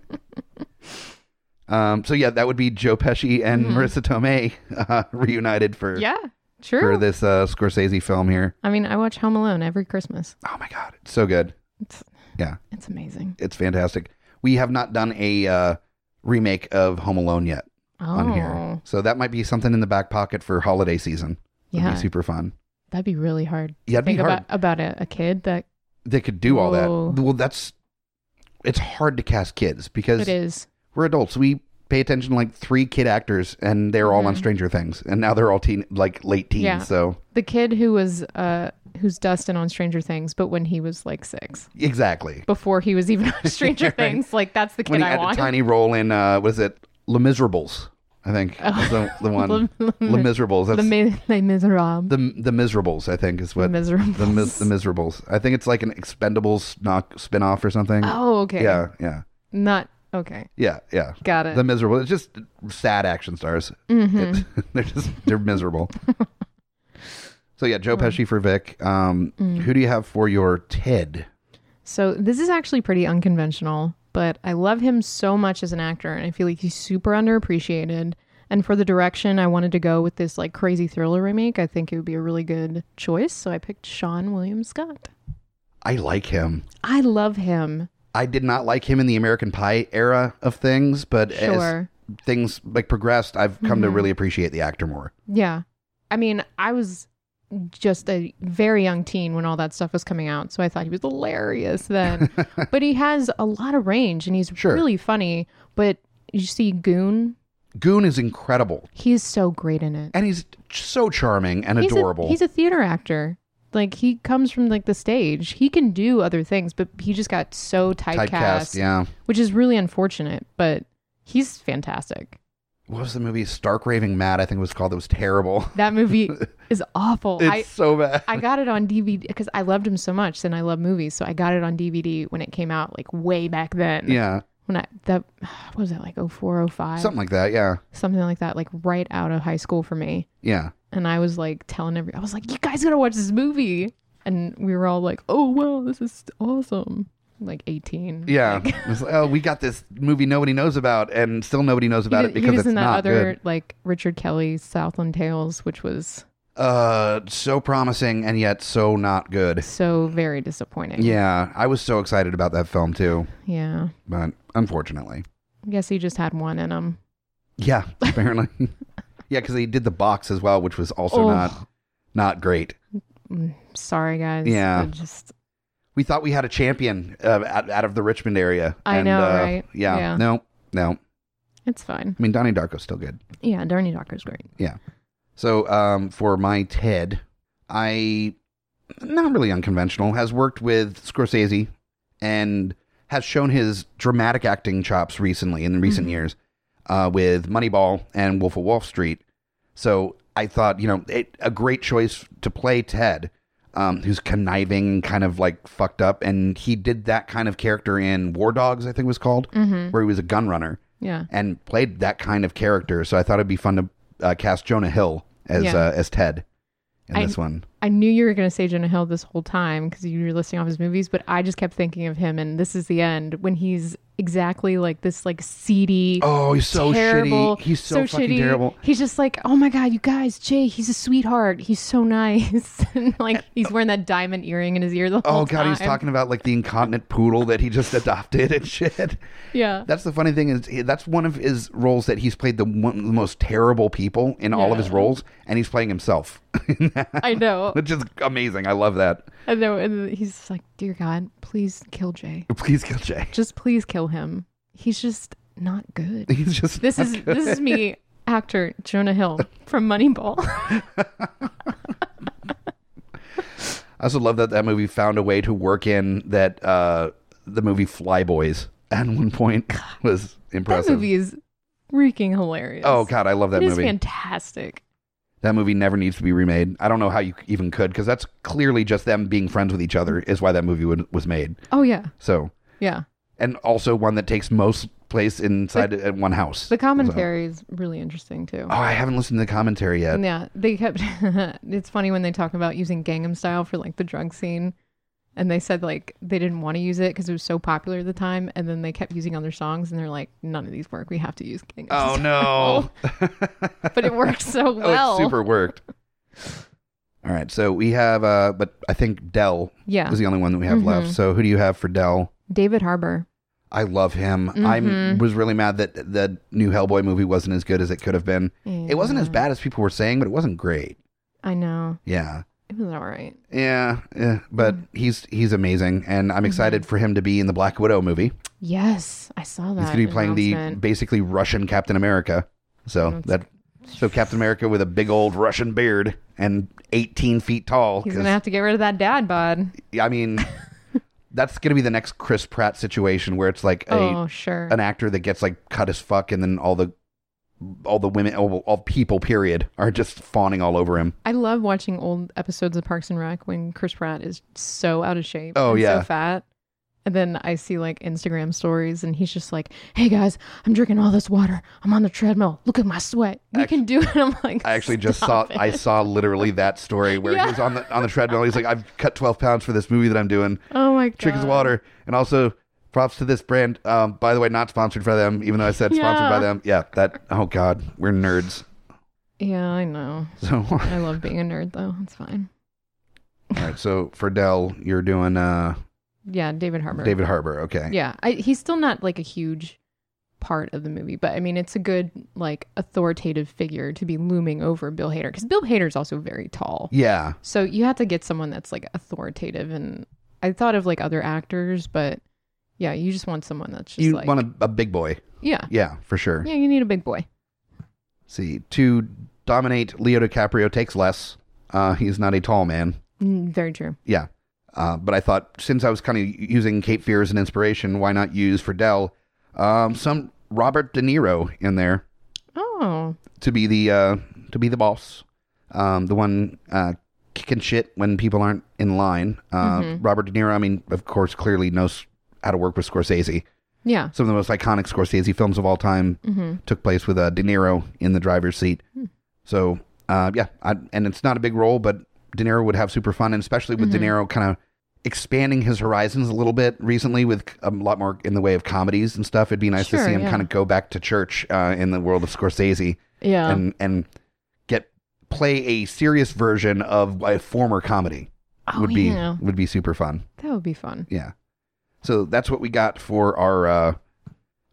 Um, so yeah, that would be Joe Pesci and Marissa Tomei uh, reunited for
Mm-hmm. Yeah,
for
true.
this uh, Scorsese film here.
I mean, I watch Home Alone every Christmas.
Oh my god, it's so good.
It's
Yeah.
it's amazing.
it's fantastic. We have not done a uh, remake of Home Alone yet
Oh,
on here, so that might be something in the back pocket for holiday season. It'd
yeah,
be super fun.
that'd be really hard.
Yeah, it'd be
think
hard.
about about a, a kid that
they could do all
Whoa.
that. Well, that's it's hard to cast kids because
it is.
we're adults. We pay attention to like three kid actors,
Mm-hmm.
and they're all on Stranger Things, and now they're all teen, like late teens.
Yeah.
So
The kid who was uh who's Dustin on Stranger Things, but when he was like six,
Exactly.
before he was even on Stranger
Right.
Things, like that's the kid
When he
I
had
want.
a tiny role in, uh, what is it? Le Miserables, I think. was The, the one.
Oh. Le- Le-
Le Miserables.
the
That's
mi- the miserable,
the, the Miserables, I think, is
the
what.
miserable,
The, mis- the Miserables. I think it's like an Expendables knock spin off or something.
Oh, okay.
Yeah, yeah,
Not okay.
yeah, yeah.
Got it.
The miserable. It's just sad action stars. It-
Mm-hmm.
they're just they're miserable. so yeah, Joe Pesci for Vic. Um,
Mm.
Who do you have for your Ted?
So this is actually pretty unconventional, but I love him so much as an actor, and I feel like he's super underappreciated. And for the direction I wanted to go with this like crazy thriller remake, I think it would be a really good choice. So I picked Sean William Scott.
I like him.
I love him.
I did not like him in the American Pie era of things, but
Sure. Mm-hmm.
as things like progressed, I've come to really appreciate the actor more.
Yeah. I mean, I was just a very young teen when all that stuff was coming out, so I thought he was hilarious then. but he has a lot of range and he's
Sure.
really funny. But you see Goon,
Goon is incredible,
he's so great in it.
and he's so charming and
He's a-
adorable.
He's a, theater actor. Like he comes from like the stage. He can do other things, but he just got so typecast,
typecast. Yeah.
which is really unfortunate, but he's fantastic.
What was the movie? Stark Raving Mad, I think it was called. That was terrible.
That movie is awful.
It's
I
so bad.
I got it on DVD because I loved him so much, and I love movies. So I got it on DVD when it came out, like way back then.
yeah.
When I that what was that like 04, 05?
Something like that. Yeah.
something like that, like right out of high school for me.
Yeah.
And I was like telling every, I was like, you guys gotta watch this movie. And we were all like, oh wow, this is awesome. Like eighteen.
Yeah. It's like, oh, we got this movie nobody knows about, and still nobody knows
He,
about
was-
it
he
because
was
it's
in that
not
other
good.
like Richard Kelly Southland Tales, which was
Uh, so promising and yet so not good.
so very disappointing.
Yeah, I was so excited about that film too,
Yeah.
but unfortunately,
I guess he just had one in him.
yeah, apparently, yeah, because they did the box as well, which was also
Oh.
not not great.
Mm, Sorry guys.
Yeah.
I just
We thought we had a champion uh, out, out of the Richmond area.
I
and,
know,
uh,
right?
Yeah,
Yeah.
no, no.
it's fine.
I mean, Donnie Darko's still good.
Yeah, Darny Doctor's great.
So um, for my Ted, I not really unconventional has worked with Scorsese and has shown his dramatic acting chops recently in recent years uh, with Moneyball and Wolf of Wall Street. So I thought you know it, a great choice to play Ted. Um, who's conniving, kind of like fucked up, and he did that kind of character in War Dogs, I think it was called,
Mm-hmm.
where he was a gun runner
Yeah.
and played that kind of character. So I thought it'd be fun to uh, cast Jonah Hill as
Yeah.
uh, as Ted in
I-
this one.
I knew you were going to say Jonah Hill this whole time because you were listing off his movies, but I just kept thinking of him, and this is the end when he's exactly like this, like seedy.
Oh, he's so
terrible,
shitty. He's so, fucking
shitty.
terrible.
He's just like, oh my god, you guys, Jay, he's a sweetheart. He's so nice. and like he's wearing that diamond earring in his ear the whole
Oh god,
time.
he's talking about like the incontinent poodle that he just adopted and shit.
Yeah,
That's the funny thing is he- that's one of his roles that he's played the, one, the most terrible people in all of his
Yeah.
roles, and he's playing himself,
I know.
which is amazing. I love that.
I know. And he's just like, dear God, please kill Jay.
Please kill Jay.
Just please kill him. He's just not good.
He's just
This is this is me, actor Jonah Hill from Moneyball.
I also love that that movie found a way to work in that uh, the movie Flyboys at one point was
that
impressive.
movie is freaking hilarious.
oh god, I love that
it is
movie.
fantastic.
that movie never needs to be remade. I don't know how you even could because that's clearly just them being friends with each other is why that movie would, was made.
Oh yeah,
So,
yeah.
and also one that takes most place inside at one house.
The commentary is really interesting too.
oh, I haven't listened to the commentary yet.
Yeah, they kept. it's funny when they talk about using Gangnam Style for like the drug scene, and they said like they didn't want to use it because it was so popular at the time, and then they kept using other songs, and they're like, none of these work. We have to use Gangnam.
Oh
Style."
no.
Oh, But it worked so
Oh,
well.
it super worked. All right, so we have, uh, but I think Dell
Yeah. Mm-hmm.
is the only one that we have left. So who do you have for Dell?
David Harbour.
I love him.
Mm-hmm.
I was really mad that the new Hellboy movie wasn't as good as it could have been. It wasn't as bad as people were saying, but it wasn't great.
I know
Yeah,
it was all right.
yeah, yeah. but
Mm.
he's he's amazing, and
Mm-hmm.
I'm excited for him to be in the Black Widow movie.
Yes, I saw that.
He's going to be playing the
announcement.
basically Russian Captain America. So that So Captain America with a big old Russian beard and 18 feet tall.
He's
'cause,
gonna have to get rid of that dad bod.
I mean, that's gonna be the next Chris Pratt situation where it's like a
Oh, sure.
an actor that gets like cut as fuck, and then all the all the women, all, all people, period, are just fawning all over him.
I love watching old episodes of Parks and Rec when Chris Pratt is so out of shape.
Oh,
and
yeah.
so fat. And then I see like Instagram stories, and he's just like, "Hey guys, I'm drinking all this water. I'm on the treadmill. Look at my sweat. You can do it." I'm like,
I actually just saw
"Stop it."
I saw literally that story where he
Yeah.
was on the on the treadmill. He's like, I've cut twelve pounds for this movie that I'm doing.
oh my god,
Chicken's water, and also props to this brand. Um, by the way, not sponsored by them, even though I said sponsored by
Yeah.
them. Yeah, that. Oh God, we're nerds.
Yeah, I know.
So all
I love being a nerd though. It's fine.
right, so for Dell, you're doing uh,
Yeah, David Harbour.
David Harbour. Okay.
Yeah, I, he's still not like a huge part of the movie, but I mean, it's a good like authoritative figure to be looming over Bill Hader because Bill Hader's also very tall.
Yeah.
So you have to get someone that's like authoritative, and I thought of like other actors, but yeah, you just want someone that's just
you
like
want a, a big boy.
yeah,
Yeah, for sure.
yeah, you need a big boy.
See, to dominate, Leo DiCaprio takes less. Uh, he's not a tall man.
Mm, very true.
Yeah. Uh, but I thought since I was kind of using Cape Fear as an inspiration, why not use for Dell um, some Robert De Niro in there
Oh,
to be the uh, to be the boss, um, the one uh, kicking shit when people aren't in line. Uh, Robert De Niro, I mean, of course, clearly knows how to work with Scorsese.
yeah,
Some of the most iconic Scorsese films of all time
hmm
took place with uh, De Niro in the driver's seat. So uh, yeah, I, and it's not a big role, but De Niro would have super fun, and especially with
Mm-hmm.
De Niro kind of expanding his horizons a little bit recently with a lot more in the way of comedies and stuff. It'd be nice to
Sure,
see him
yeah.
kind of go back to church uh, in the world of Scorsese
yeah,
and and get play a serious version of a former comedy
Oh,
would be
yeah.
would be super fun.
that would be fun.
Yeah. So that's what we got for our uh,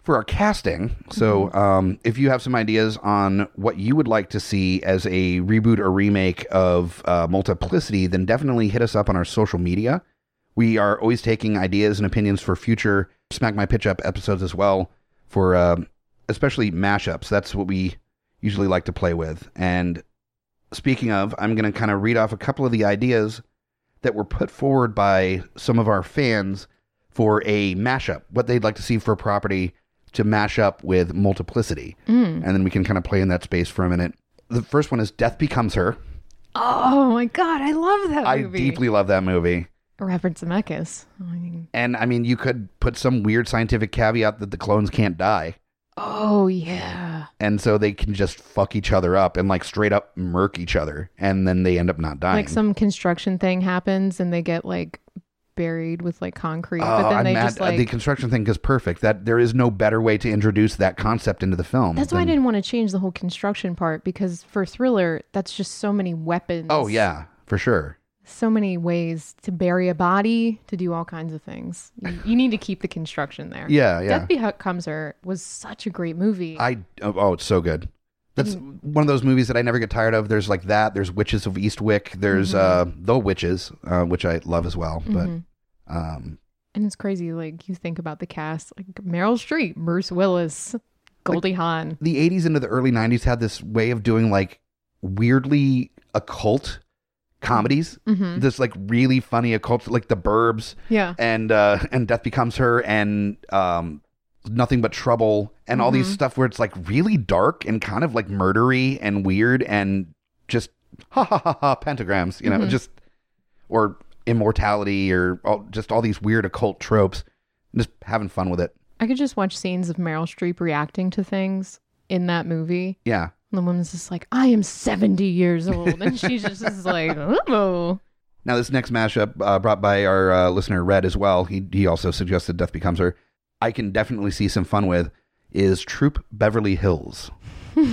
for our casting. So um, if you have some ideas on what you would like to see as a reboot or remake of uh, Multiplicity, then definitely hit us up on our social media. We are always taking ideas and opinions for future Smack My Pitch Up episodes as well, for um especially mashups. That's what we usually like to play with. And speaking of, I'm going to kind of read off a couple of the ideas that were put forward by some of our fans for a mashup, what they'd like to see for a property to mash up with multiplicity.
Mm.
And then we can kind of play in that space for a minute. The first one is Death Becomes Her.
Oh my god, I love that
I
movie.
deeply love that movie.
Robert Zemeckis. I mean,
And I mean, you could put some weird scientific caveat that the clones can't die.
oh yeah.
And so they can just fuck each other up and like straight up murk each other. And then they end up not dying.
like some construction thing happens and they get like buried with like concrete but
Oh,
then
I'm
they
mad.
just like
the construction thing is perfect. That there is no better way to introduce that concept into the film.
that's why i
than-
didn't want to change the whole construction part because for thriller that's just so many weapons
Oh yeah, for sure.
so many ways to bury a body to do all kinds of things you, you need to keep the construction there
Yeah, yeah.
death becomes her was such a great movie
I oh, oh, it's so good. That's one of those movies that I never get tired of. There's like that. There's Witches of Eastwick. There's uh, The Witches, uh, which I love as well.
Mhm.
But um,
and it's crazy like you think about the cast like meryl streep bruce willis goldie hawn
the 80s into the early 90s had this way of doing like weirdly occult comedies.
Mhm.
This like really funny occult, like The Burbs.
yeah
and uh and death becomes her and um nothing but trouble and all these stuff where it's like really dark and kind of like murdery and weird and just ha ha ha ha pentagrams you know just or immortality or all, just all these weird occult tropes just having fun with it
I could just watch scenes of Meryl Streep reacting to things in that movie.
yeah
And the woman's just like, I am 70 years old. And she's just is like, oh.
now this next mashup uh, brought by our uh, listener red as well he he also suggested death becomes her i can definitely see some fun with is troop beverly hills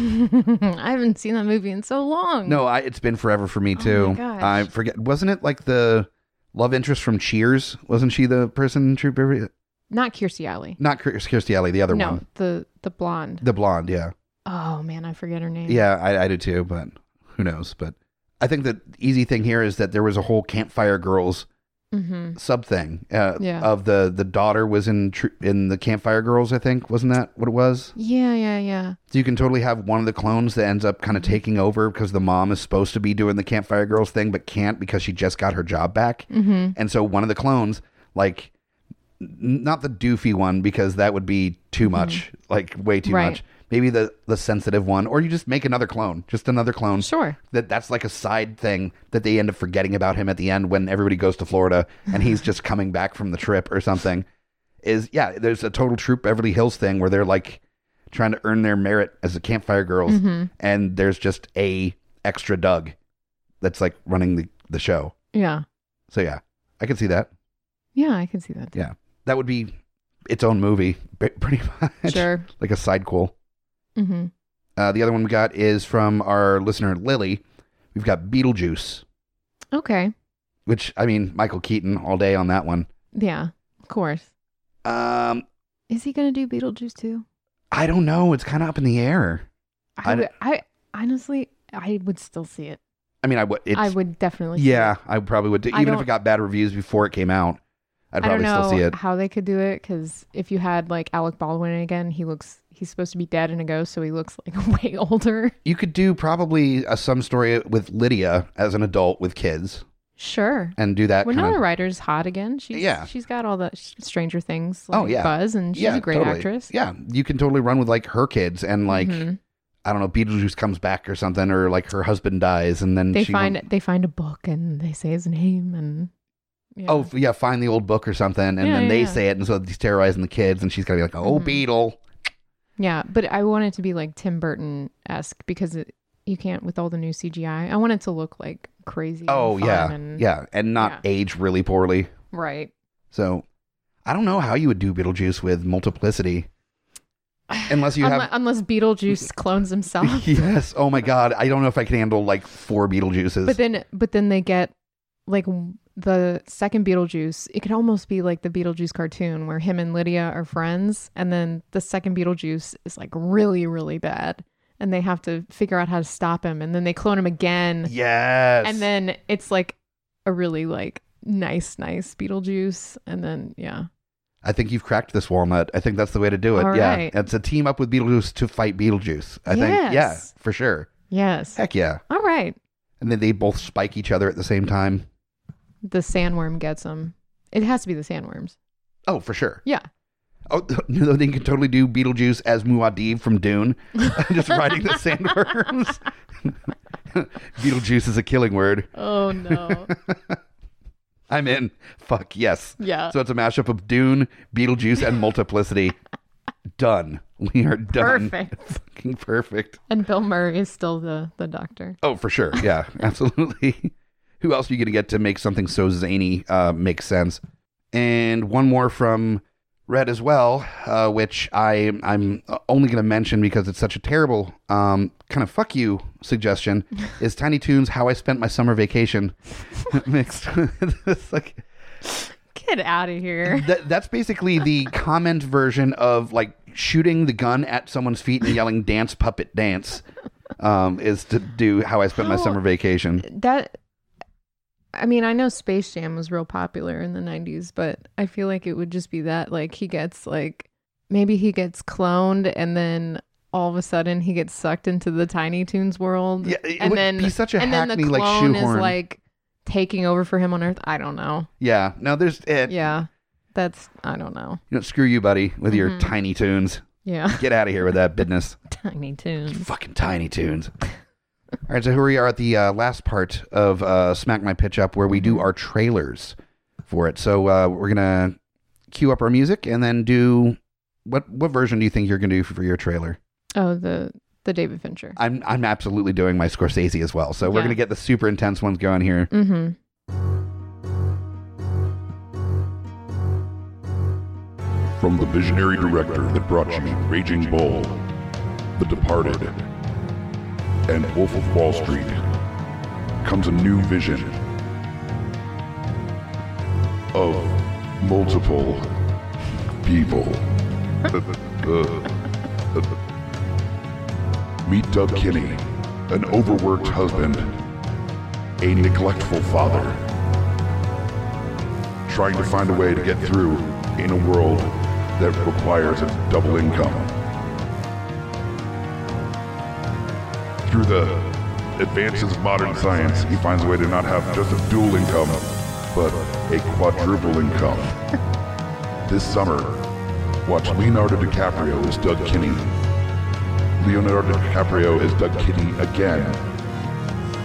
I haven't seen that movie in so long.
No, I, it's been forever for me
Oh my
too.
gosh.
I forget. Wasn't it like the love interest from Cheers? Wasn't she the person in True Beverly?
Not Kirstie Alley.
Not Kir- Kirstie Alley, the other
no,
one,
the the blonde.
the blonde. Yeah,
oh man, I forget her name.
yeah, I, I do too. But who knows? But I think the easy thing here is that there was a whole Campfire Girls
Mm-hmm.
sub thing uh,
Yeah.
of the the daughter was in tr- in the Campfire Girls. I think wasn't that what it was?
Yeah, yeah, yeah.
So you can totally have one of the clones that ends up
Mm-hmm.
kind of taking over because the mom is supposed to be doing the Campfire Girls thing, but can't because she just got her job back. Mm-hmm. And so one of the clones, like, n- not the doofy one because that would be too much, like way too
Right.
much. Maybe the the sensitive one, or you just make another clone, just another clone.
Sure.
That that's like a side thing that they end up forgetting about him at the end when everybody goes to Florida and he's just coming back from the trip or something. Is yeah, there's a total troop Beverly Hills thing where they're like trying to earn their merit as the campfire girls
Mm-hmm.
and there's just a extra Doug that's like running the, the show.
Yeah.
So yeah, I could see that.
Yeah, I can see that.
Yeah. That would be its own movie p- pretty much.
Sure.
Like a sidequel.
Mm-hmm.
Uh, the other one we got is from our listener Lily. We've got Beetlejuice.
Okay.
which I mean, Michael Keaton all day on that one.
Yeah. Of course.
Um,
Is he gonna do Beetlejuice too?
I don't know. It's kind of up in the air.
I,
I d-
would, I honestly, I would still see it.
I mean, I would. It's,
I would definitely. see
Yeah,
it.
I probably would. do-
I
Even if
don't-
it got bad reviews before it came out, I'd
I don't
probably
know
still see it.
how they could do it because if you had like Alec Baldwin in again, he looks he's supposed to be dead and a ghost, so he looks like way older.
You could do probably a, some story with Lydia as an adult with kids
Sure.
and do that
Winona
kind of.
Ryder's hot again. She's,
Yeah.
she's got all the sh- Stranger Things like,
Oh, yeah.
buzz, and she's a great
totally.
actress.
Yeah, you can totally run with like her kids and like
Mhm.
I don't know, Beetlejuice comes back or something, or like her husband dies and then
they
she
find
went-
they find a book and they say his name and yeah.
Oh f- yeah, find the old book or something, and
Yeah,
then
yeah,
they
yeah.
say it, and so he's terrorizing the kids, and she's gonna be like, "Oh,
Mhm.
Beetle."
yeah, but I want it to be like Tim Burton esque because it, you can't with all the new CGI. I want it to look like crazy. and
Oh
fun
yeah,
and,
yeah, and not
yeah.
age really poorly.
right.
So I don't know how you would do Beetlejuice with multiplicity, unless you
Unle-
have.
unless Beetlejuice clones himself.
yes. Oh my God, I don't know if I can handle like four Beetlejuices.
But then, but then they get like w- the second Beetlejuice. It could almost be like the Beetlejuice cartoon where him and Lydia are friends, and then the second Beetlejuice is like really, really bad, and they have to figure out how to stop him, and then they clone him again,
yes.
and then it's like a really like nice, nice Beetlejuice, and then yeah,
I think you've cracked this walnut. I think that's the way to do it.
All
yeah,
right.
it's a team up with Beetlejuice to fight Beetlejuice. I think. Yeah,
Yes.
for sure.
yes,
Heck yeah.
all right.
And then they both spike each other at the same time.
The sandworm gets him. It has to be the sandworms.
Oh, for sure.
Yeah.
Oh, you know, they could totally do Beetlejuice as Muad'Dib from Dune, just riding the sandworms. Beetlejuice is a killing word.
Oh no.
I'm in. Fuck yes.
Yeah.
So it's a mashup of Dune, Beetlejuice, and Multiplicity. done. We are done.
Perfect.
Fucking perfect.
And Bill Murray is still the the doctor.
Oh, for sure. Yeah, absolutely. Who else are you going to get to make something so zany uh, make sense? And one more from Red as well, uh, which I I'm only going to mention because it's such a terrible um, kind of fuck you suggestion. is Tiny Toons "How I Spent My Summer Vacation" mixed? with- it's like
Get out of here.
that, that's basically the comment version of like shooting the gun at someone's feet and yelling "dance puppet dance." Um, is to do how I spent my
How-
summer vacation.
That I mean, I know Space Jam was real popular in the 90s, but I feel like it would just be that like he gets like maybe he gets cloned and then all of a sudden he gets sucked into the Tiny Toons world.
Yeah, it
and
would
then
be such a
and then the
hackney, like,
clone
shoehorn.
is like taking over for him on Earth. I don't know.
Yeah. No, there's eh,
Yeah. That's I don't know.
You know, screw you, buddy, with
Mm-hmm.
your tiny tunes.
Yeah.
Get out of here with that business.
Tiny Toons.
Fucking tiny tunes. All right, so here we are at the uh, last part of uh, Smack My Pitch Up, where we do our trailers for it. So uh, we're gonna cue up our music and then do what what version do you think you're gonna do for your trailer?
Oh, the the David Fincher.
I'm I'm absolutely doing my Scorsese as well. So we're
Yeah.
gonna get the super intense ones going here.
mm-hmm.
From the visionary director that brought you Raging Bull, The Departed, and Wolf of Wall Street comes a new vision of multiple people. Uh, uh, uh. Meet Doug Kinney, an overworked husband, a neglectful father, trying to find a way to get through in a world that requires a double income. Through the advances of modern science, he finds a way to not have just a dual income, but a quadruple income. this summer, watch Leonardo DiCaprio as Doug Kinney. Leonardo DiCaprio as Doug Kinney again,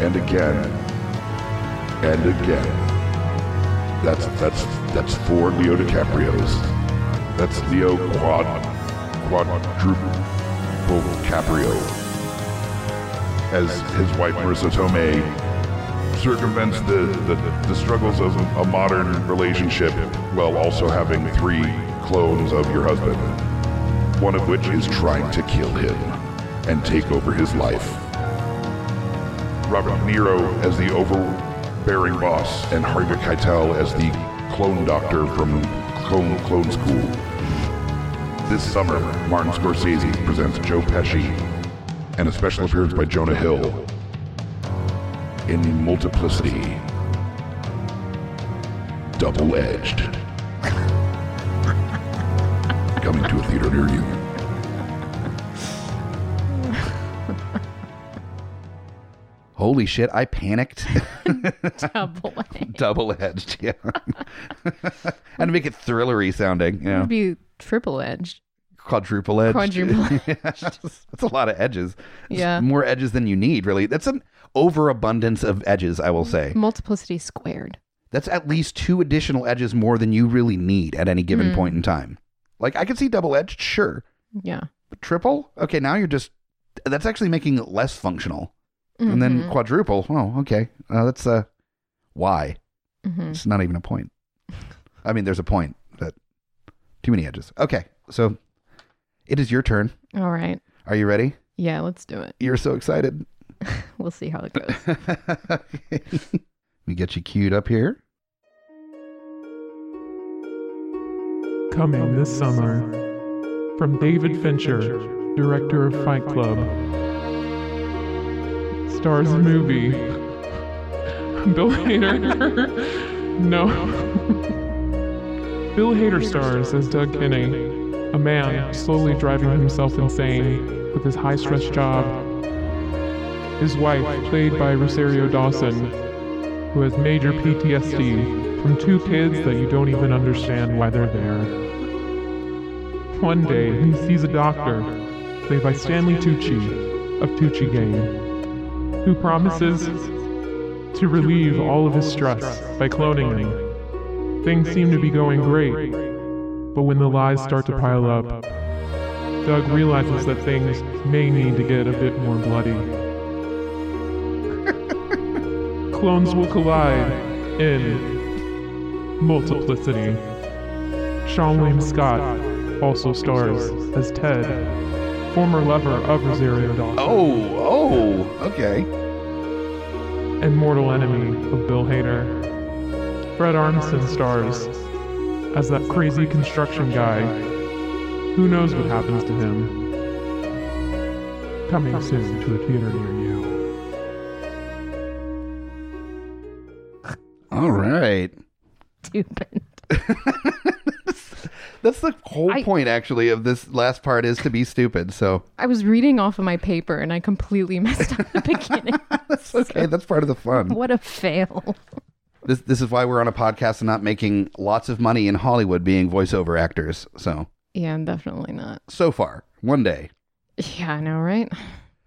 and again, and again. That's that's that's four Leo DiCaprios. That's Leo quad quadruple Caprio. As his wife Marissa Tomei circumvents the, the, the struggles of a modern relationship while also having three clones of your husband, one of which is trying to kill him and take over his life. Robert De Niro as the overbearing boss, and Harvey Keitel as the clone doctor from Clone, clone School. This summer, Martin Scorsese presents Joe Pesci and a special appearance by Jonah Hill in Multiplicity Double Edged. Coming to a theater near you.
Holy shit, I panicked.
Double A.
Double edged, yeah. and to make it thrillery sounding, yeah.
It'd be triple edged.
Quadruple edged.
Quadruple
That's a lot of edges. It's
Yeah.
more edges than you need, really. That's an overabundance of edges, I will say.
Multiplicity squared.
That's at least two additional edges more than you really need at any
Hmm.
given point in time. Like, I could see double edged, sure.
Yeah.
But triple? Okay, now you're just. That's actually making it less functional.
Mm-hmm.
And then quadruple? Oh, okay. Uh, that's uh, why.
hmm
It's not even a point. I mean, there's a point, but too many edges. Okay, so it is your turn.
All right.
Are you ready?
Yeah, let's do it.
You're so excited.
We'll see how it goes.
Let me get you queued up here.
Coming this summer. From David Fincher, director of Fight Club. Stars movie. Bill Hader. no. Bill Hader stars as Doug Kinney, a man slowly driving himself insane with his high stress job. His wife, played by Rosario Dawson, who has major PTSD from two kids that you don't even understand why they're there. One day, he sees a doctor, played by Stanley Tucci of Tucci Gang, who promises to relieve all of his stress by cloning him. Things seem to be going great, but when the lies start to pile up, Doug realizes that things may need to get a bit more bloody. Clones will collide in Multiplicity. Sean William Scott also stars as Ted, former lover of Rosario Dawson
Oh, oh, okay.
and mortal enemy of Bill Hader. Fred Armisen stars as that crazy construction guy. Who knows what happens to him? Coming soon to a theater near you.
All right.
Stupid.
That's the whole
I-
point, actually, of this last part is to be stupid. So,
I was reading off of my paper and I completely messed up the beginning.
that's okay. That's part of the fun.
what a fail.
This, this is why we're on a podcast and not making lots of money in Hollywood being voiceover actors. So,
Yeah, definitely not.
so far, one day.
Yeah, I know, right?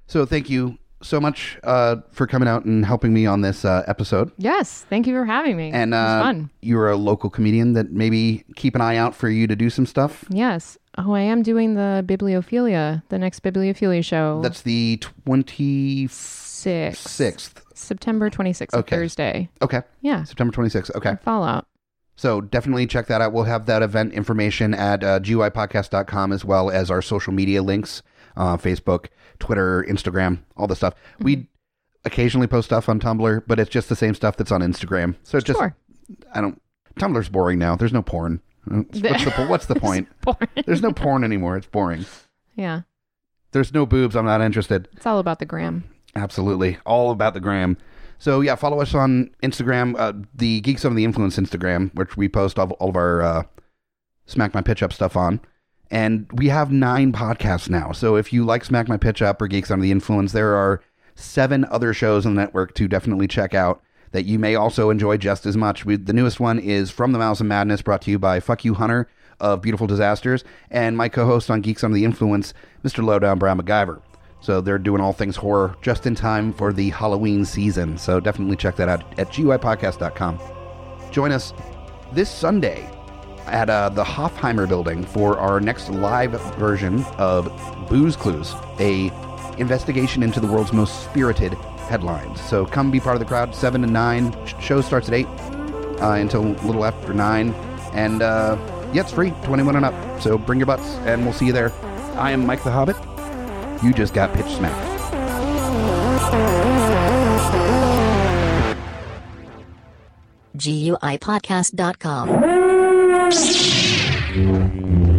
So thank you so much uh, for coming out and helping me on this uh, episode.
Yes. Thank you for having me.
And
it was
uh,
fun.
you're a local comedian that maybe keep an eye out for you to do some stuff.
Yes. Oh, I am doing the Bibliophilia, the next Bibliophilia show.
That's the 26th.
six. September 26th, a
Okay.
Thursday.
Okay.
Yeah.
September 26th. Okay.
Fallout.
So definitely check that out. We'll have that event information at uh, GUIpodcast.com as well as our social media links uh, Facebook, Twitter, Instagram, all the stuff. We
Mm-hmm.
occasionally post stuff on Tumblr, but it's just the same stuff that's on Instagram. So it's just,
Sure.
I don't, Tumblr's boring now. There's no porn. What's the, po- what's the point?
Porn.
There's no porn anymore. It's boring.
yeah.
There's no boobs. I'm not interested.
It's all about the gram.
Absolutely. All about the gram. So yeah, follow us on Instagram, uh, the Geeks on the Influence Instagram, which we post all, all of our uh, Smack My Pitch Up stuff on. And we have nine podcasts now. So if you like Smack My Pitch Up or Geeks Under the Influence, there are seven other shows on the network to definitely check out that you may also enjoy just as much. We, the newest one is From the Mouths of Madness, brought to you by Fuck You Hunter of Beautiful Disasters and my co host on Geeks Under the Influence, Mr. Lowdown Brown MacGyver. So they're doing all things horror just in time for the Halloween season. So definitely check that out at GUIPodcast.com. Join us this Sunday at uh, the Hoffheimer building for our next live version of Booze Clues, a investigation into the world's most spirited headlines. So come be part of the crowd, 7 to 9. Sh- Show starts at 8 uh, until a little after 9. And uh, yeah, it's free, 21 and up. So bring your butts, and we'll see you there. I am Mike the Hobbit. You just got pitch smacked.
GUIPodcast.com.